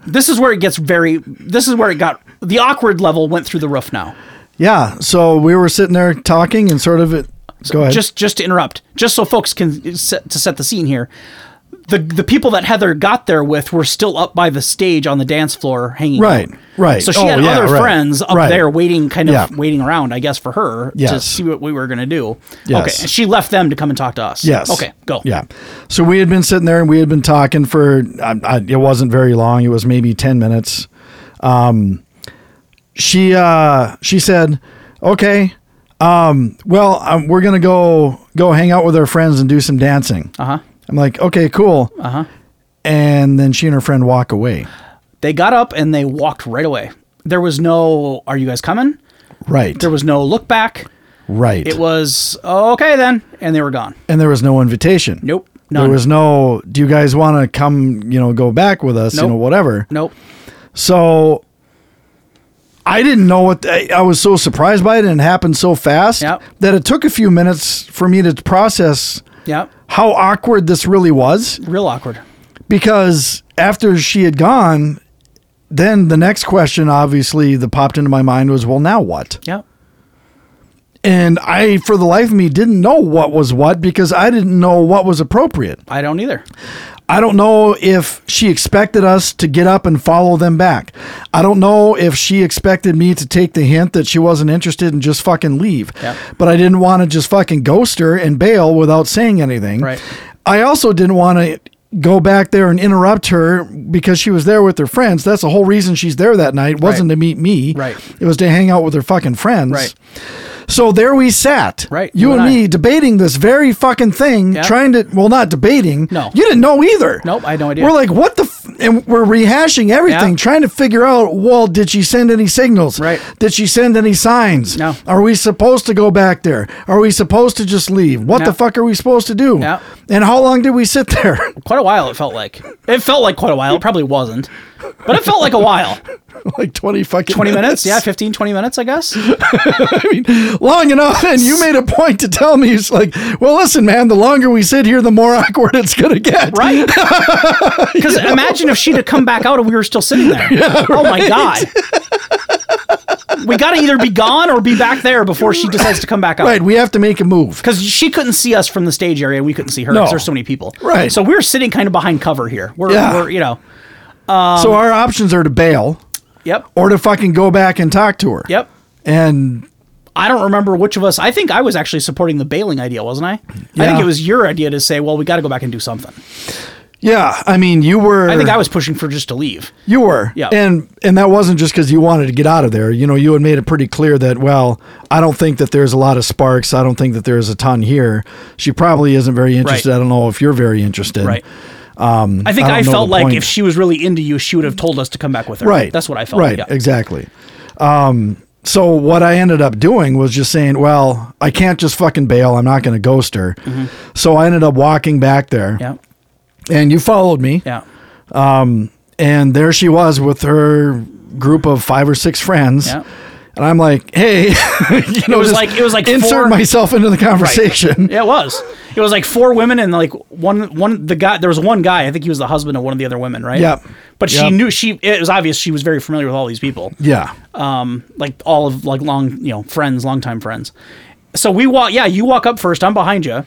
C: this is where it gets very, this is where it got, the awkward level went through the roof now.
A: Yeah. So we were sitting there talking and sort of it. Go ahead.
C: Just just to interrupt, just so folks can set, to set the scene here. The, the people that Heather got there with were still up by the stage on the dance floor hanging
A: Right,
C: out.
A: right.
C: So she
A: Oh,
C: had
A: yeah,
C: other
A: right,
C: friends up
A: right.
C: there waiting, kind of
A: Yeah.
C: waiting around, I guess, for her to
A: Yes.
C: see what we were going to do. Okay.
A: Yes.
C: And she left them to come and talk to us.
A: Yes.
C: Okay, go.
A: Yeah. So we had been sitting there and we had been talking for, I, I, it wasn't very long. It was maybe 10 minutes. Um, she, uh, she said, okay, um, well, um, we're going to go, go hang out with our friends and do some dancing.
C: Uh huh.
A: I'm like, okay, cool.
C: Uh-huh.
A: Uh huh. And then she and her friend walk away.
C: They got up and they walked right away. There was no, are you guys coming?
A: Right.
C: There was no look back.
A: right.
C: It was, okay then. And they were gone.
A: and there was no invitation.
C: Nope,
A: There
C: none.
A: was no, do you guys want to come, you know, go back with us, you
C: Nope.
A: know, whatever.
C: Nope.
A: So I didn't know what I, I was so surprised by it and it happened so fast
C: Yep.
A: that it took a few minutes for me to process
C: Yeah.
A: how awkward this really was
C: Real awkward.
A: because after she had gone then the next question obviously that popped into my mind was well now what
C: Yeah.
A: and i for the life of me didn't know what was what because i didn't know what was appropriate
C: I don't either.
A: I don't know if she expected us to get up and follow them back. I don't know if she expected me to take the hint that she wasn't interested and just fucking leave.
C: Yeah.
A: But I didn't want to just fucking ghost her and bail without saying anything.
C: Right.
A: I also didn't want to go back there and interrupt her because she was there with her friends. That's the whole reason she's there that night. wasn't
C: Right.
A: to meet me.
C: Right.
A: It was to hang out with her fucking friends.
C: Right.
A: So there we sat.
C: Right,
A: You,
C: you
A: and,
C: and I.
A: me debating this very fucking thing,
C: Yeah.
A: trying to well not debating.
C: No.
A: You didn't know either.
C: Nope, I had no idea.
A: We're like, what the? F-? And we're rehashing everything,
C: Yeah.
A: trying to figure out. Well, did she send any signals?
C: Right.
A: Did she send any signs?
C: No.
A: Are we supposed to go back there? Are we supposed to just leave? What
C: No.
A: the fuck are we supposed to do?
C: Yeah.
A: And how long did we sit there?
C: quite a while it felt like it felt like quite a while it probably wasn't but it felt like a while
A: like twenty fucking
C: 20 minutes yeah 15 20 minutes i guess
A: long enough. And you made a point to tell me, it's like, well, listen, man, the longer we sit here, the more awkward it's gonna get.
C: right because imagine if she'd have come back out and we were still sitting there oh my god we gotta either be gone or be back there before she decides to come back out
A: Right. We have to make a move.
C: because she couldn't see us from the stage area and we couldn't see her
A: No.
C: because there's so many people
A: Right.
C: so we're sitting kind of behind cover here we're,
A: Yeah.
C: we're you know
A: so
C: Um,
A: our options are to bail
C: yep
A: or to fucking go back and talk to her.
C: yep
A: And
C: I don't remember which of us. I think I was actually supporting the bailing idea, wasn't I? I
A: Yeah.
C: think it was your idea to say, "Well, we got to go back and do something."
A: Yeah, I mean, you were.
C: I think I was pushing for just to leave.
A: You were.
C: Yeah.
A: And and that wasn't just because you wanted to get out of there. You know, you had made it pretty clear that well, I don't think that there's a lot of sparks. I don't think that there's a ton here. She probably isn't very interested.
C: Right.
A: I don't know if you're very interested.
C: Right. I think
A: Um, I
C: I,
A: don't know
C: felt
A: the
C: like
A: point.
C: if she was really into you, she would have told us to come back with her.
A: Right.
C: That's what I felt.
A: Right.
C: Yeah.
A: Exactly. Um. So what I ended up doing was just saying, well, I can't just fucking bail. I'm not going to ghost her. So I ended up walking back there.
C: Mm-hmm. Yeah.
A: And you followed me.
C: Yeah.
A: and there she was with her group of five or six friends.
C: Yeah.
A: And I'm like, hey, you know,
C: was
A: just
C: like- it was like
A: insert
C: four-
A: myself into the conversation.
C: Yeah, It was. It was like four women and like one one the guy. There was one guy. I think he was the husband of one of the other women, right?
A: Yep.
C: But she
A: Yep.
C: knew she. It was obvious she was very familiar with all these people.
A: Yeah.
C: um, like all of like long, you know, friends, longtime friends. So we walk. Yeah, you walk up first. I'm behind you.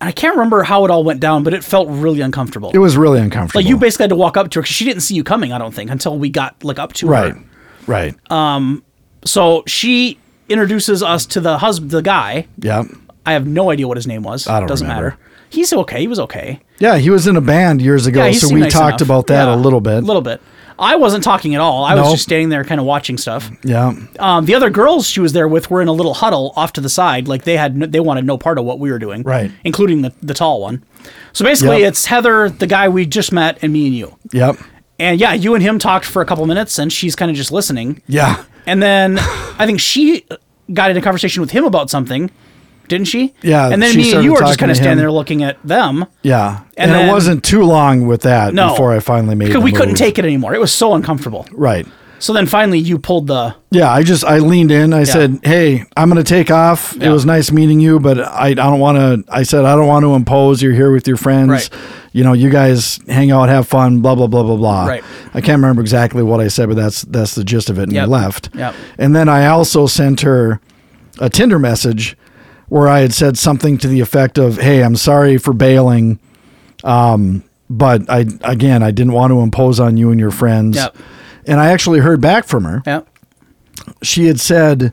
C: I can't remember how it all went down, but it felt really uncomfortable.
A: It was really uncomfortable.
C: like you basically had to walk up to her because she didn't see you coming. I don't think until we got like up to
A: right,
C: her.
A: right.
C: Um, So she introduces us to the husband, the guy.
A: yeah,
C: I have no idea what his name was.
A: I don't
C: Doesn't
A: remember.
C: matter. He's okay. He was okay.
A: yeah. He was in a band years ago,
C: Yeah, he
A: Oh, so
C: seemed
A: we
C: nice
A: talked
C: enough.
A: about that
C: Yeah,
A: a little bit.
C: A little bit. I wasn't talking at all. I
A: No.
C: was just standing there, kind of watching stuff.
A: yeah,
C: Um, the other girls she was there with were in a little huddle off to the side, like they had no, they wanted no part of what we were doing,
A: Right.
C: Including the the tall one. So basically,
A: Yep.
C: it's Heather, the guy we just met, and me and you.
A: yep,
C: And yeah, you and him talked for a couple minutes, and she's kind of just listening.
A: yeah,
C: And then I think she uh, got in a conversation with him about something, didn't she?
A: Yeah,
C: And then
A: she
C: me and you
A: started
C: were just
A: talking
C: kind
A: to
C: of standing
A: him.
C: there looking at them.
A: yeah. And,
C: And then-
A: it wasn't too long with that
C: No.
A: before I finally made.
C: Because
A: the
C: we couldn't
A: move.
C: take it anymore. It was so uncomfortable.
A: right.
C: So then finally, you pulled the
A: Yeah, I just I leaned in. I said, "Hey, I'm going to take off. It
C: Yeah.
A: was nice meeting you, but I, I don't want to." I said, "I don't want to impose. You're here with your friends.
C: Right.
A: You know, you guys hang out, have fun, blah blah blah blah blah."
C: Right.
A: I can't remember exactly what I said, but that's that's the gist of it. And
C: Yep.
A: we left.
C: Yep.
A: And then I also sent her a Tinder message where I had said something to the effect of, "Hey, I'm sorry for bailing, um, but I again I didn't want to impose on you and your friends."
C: Yep.
A: And I actually heard back from her
C: yeah.
A: she had said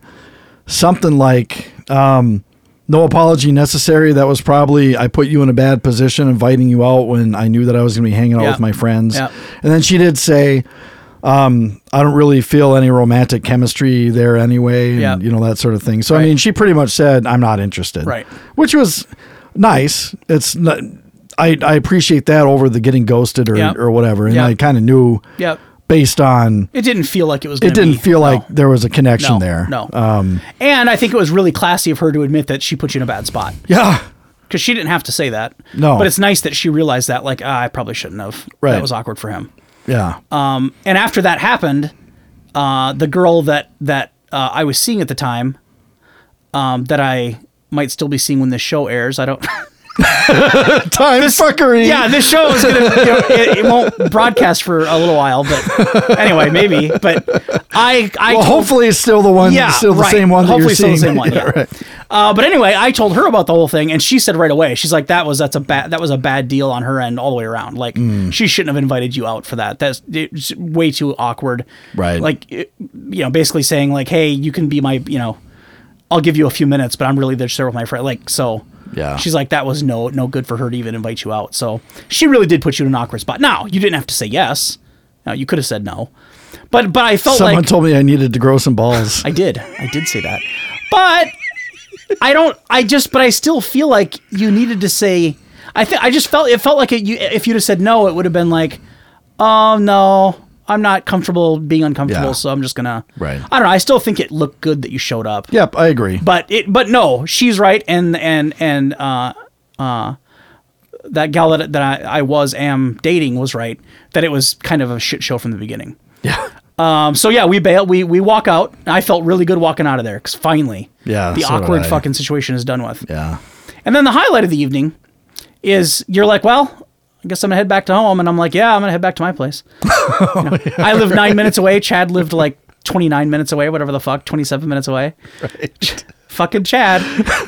A: something like, um, "No apology necessary." That was probably I put you in a bad position, inviting you out when I knew that I was going to be hanging out
C: Yeah.
A: with my friends.
C: Yeah.
A: And then she did say, um, "I don't really feel any romantic chemistry there anyway," and
C: Yeah.
A: you know that sort of thing. So I
C: Right.
A: mean, she pretty much said, "I'm not interested,"
C: Right.
A: Which was nice. It's not. I, I appreciate that over the getting ghosted or,
C: Yeah.
A: or whatever. And
C: Yeah.
A: I kind of knew
C: Yep.
A: based on
C: It didn't feel like it was.
A: it
C: gonna
A: didn't
C: be-
A: feel
C: no,
A: like there was a connection
C: no,
A: there.
C: No.
A: Um,
C: and I think it was really classy of her to admit that she put you in a bad spot
A: yeah.
C: because she didn't have to say that.
A: No.
C: But it's nice that she realized that. Like, ah, I probably shouldn't have.
A: Right.
C: That was awkward for him.
A: Yeah.
C: Um, and after that happened, uh, the girl that that uh, I was seeing at the time, um, that I might still be seeing when this show airs. I don't.
A: Time fuckery.
C: yeah, this show is gonna. You know, it, it won't broadcast for a little while, but anyway, maybe. But I, I
A: Well,
C: told-
A: hopefully it's still the one,
C: yeah,
A: still the
C: right.
A: same one that
C: Hopefully
A: you're
C: still
A: seeing.
C: the same one. Yeah. uh, but anyway, I told her about the whole thing, and she said right away, she's like, "That was that's a bad that was a bad deal on her end all the way around. Like
A: Mm.
C: she shouldn't have invited you out for that. That's it's way too awkward.
A: Right.
C: Like it- you know, basically saying like, hey, you can be my you know." I'll give you a few minutes, but I'm really there to serve with my friend. Like so,
A: Yeah.
C: She's like, that was no no good for her to even invite you out. So she really did put you in an awkward spot. Now you didn't have to say yes. Now you could have said no, but but I felt
A: Someone
C: like
A: told me I needed to grow some balls.
C: I did. I did say that. But I don't I just but I still feel like you needed to say I think I just felt it felt like it, you, if you'd have said no, it would have been like, "Oh no, I'm not comfortable being uncomfortable,
A: Yeah.
C: so I'm just going to
A: Right.
C: I don't know. I still think it looked good that you showed up.
A: yep, I agree.
C: But it but no, she's right and and and uh uh that gal that, that I, I was am dating was right that it was kind of a shit show from the beginning.
A: yeah.
C: Um, so yeah, we bail. We we walk out. I felt really good walking out of there because finally,
A: Yeah,
C: the
A: so did
C: awkward
A: I.
C: fucking situation is done with.
A: Yeah.
C: And then the highlight of the evening is you're like, well, I guess I'm gonna head back to home, and I'm like, yeah, I'm gonna head back to my place. You know, I live nine minutes away. Chad lived like 29 minutes away, whatever the fuck, 27 minutes away. fucking Chad,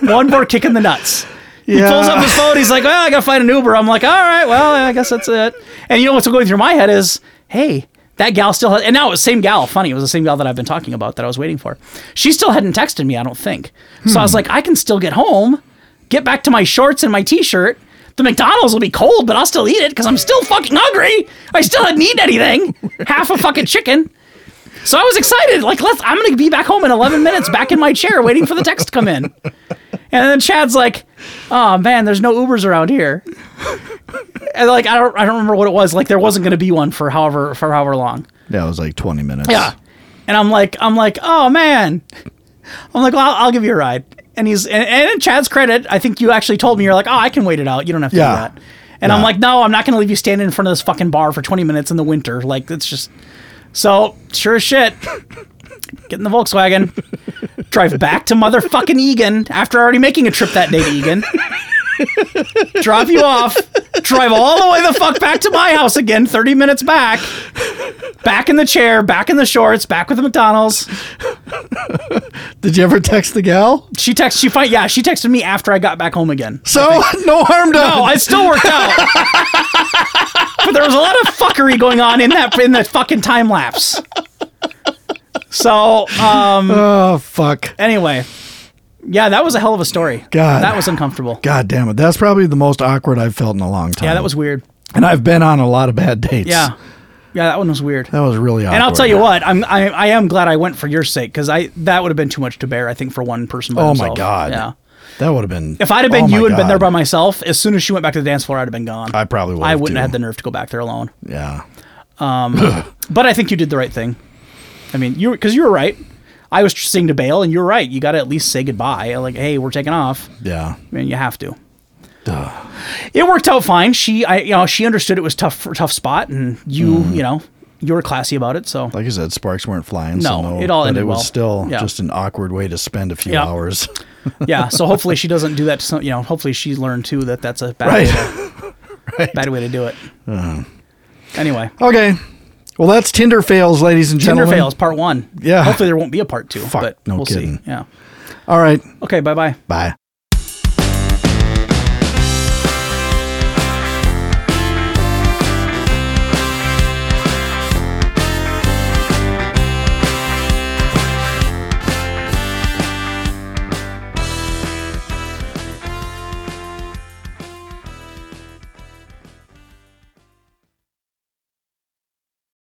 C: one more kick in the nuts. He pulls up his phone. He's like, "Well, I gotta find an Uber." I'm like, "All right, well, I guess that's it." And you know what's going through my head is, "Hey, that gal still has." And now it was the same gal. Funny, it was the same gal that I've been talking about that I was waiting for. She still hadn't texted me. I don't think. So I was like, I can still get home, get back to my shorts and my t-shirt. The McDonald's will be cold, but I'll still eat it because I'm still fucking hungry. I still didn't eat anything. Half a fucking chicken. So I was excited. Like, let's. I'm gonna be back home in 11 minutes, back in my chair, waiting for the text to come in. And then Chad's like, "Oh man, there's no Ubers around here." And like, I don't, I don't remember what it was. Like, there wasn't going to be one for however, for however long.
A: Yeah, it was like 20 minutes.
C: Yeah. And I'm like, I'm like, oh man. I'm like, well, I'll, I'll give you a ride. And he's, and, and in Chad's credit, I think you actually told me you're like, oh, I can wait it out. You don't have to
A: Yeah.
C: do that. And I'm
A: Yeah.
C: like, no, I'm not going to leave you standing in front of this fucking bar for 20 minutes in the winter. Like, it's just so sure as shit. Get in the Volkswagen, drive back to motherfucking Egan after already making a trip that day to Egan. Drop you off, drive all the way the fuck back to my house again, 30 minutes back back in the chair, back in the shorts, back with the McDonald's.
A: Did you ever text the gal?
C: She texted. She find yeah. She texted me after I got back home again.
A: So no harm done.
C: No, it still worked out. but there was a lot of fuckery going on in that in that fucking time lapse. So um,
A: oh fuck.
C: anyway, yeah, that was a hell of a story.
A: God.
C: that was uncomfortable.
A: God damn it. That's probably the most awkward I've felt in a long time.
C: Yeah, that was weird.
A: And I've been on a lot of bad dates.
C: Yeah, yeah, that one was weird.
A: That was really awkward.
C: and I'll tell you what, I'm I, I am glad I went for your sake because I that would have been too much to bear. I think for one person. By
A: Oh my
C: himself.
A: God.
C: Yeah.
A: That would have been.
C: If I'd have
A: Oh
C: been
A: my
C: you and been
A: God.
C: there by myself, as soon as she went back to the dance floor, I'd have been gone.
A: I probably would
C: I
A: have
C: wouldn't have
A: too.
C: had the nerve to go back there alone.
A: Yeah.
C: But I think you did the right thing. I mean, you because you were right. I was seeing to bail, and you're right. You got to at least say goodbye. Like, hey, we're taking off.
A: Yeah.
C: I mean, you have to. It worked out fine. She, I, you know, she understood it was tough for tough spot, and you,
A: Mm-hmm.
C: you know, you were classy about it. So
A: Like I said, sparks weren't flying. so
C: No,
A: no
C: it all
A: but
C: ended
A: it was
C: well.
A: still
C: Yeah.
A: just an awkward way to spend a few
C: Yeah.
A: hours.
C: yeah. So hopefully she doesn't do that. To some, you know, hopefully she learned too that that's a bad, way, to,
A: Right. Uh.
C: bad way to do it. Anyway,
A: okay. Well, that's Tinder fails, ladies and
C: Tinder
A: gentlemen.
C: fails part one.
A: Yeah.
C: Hopefully there won't be a part two.
A: Fuck,
C: but
A: no
C: we'll
A: kidding.
C: see. Yeah.
A: All right.
C: Okay. Bye bye.
A: Bye.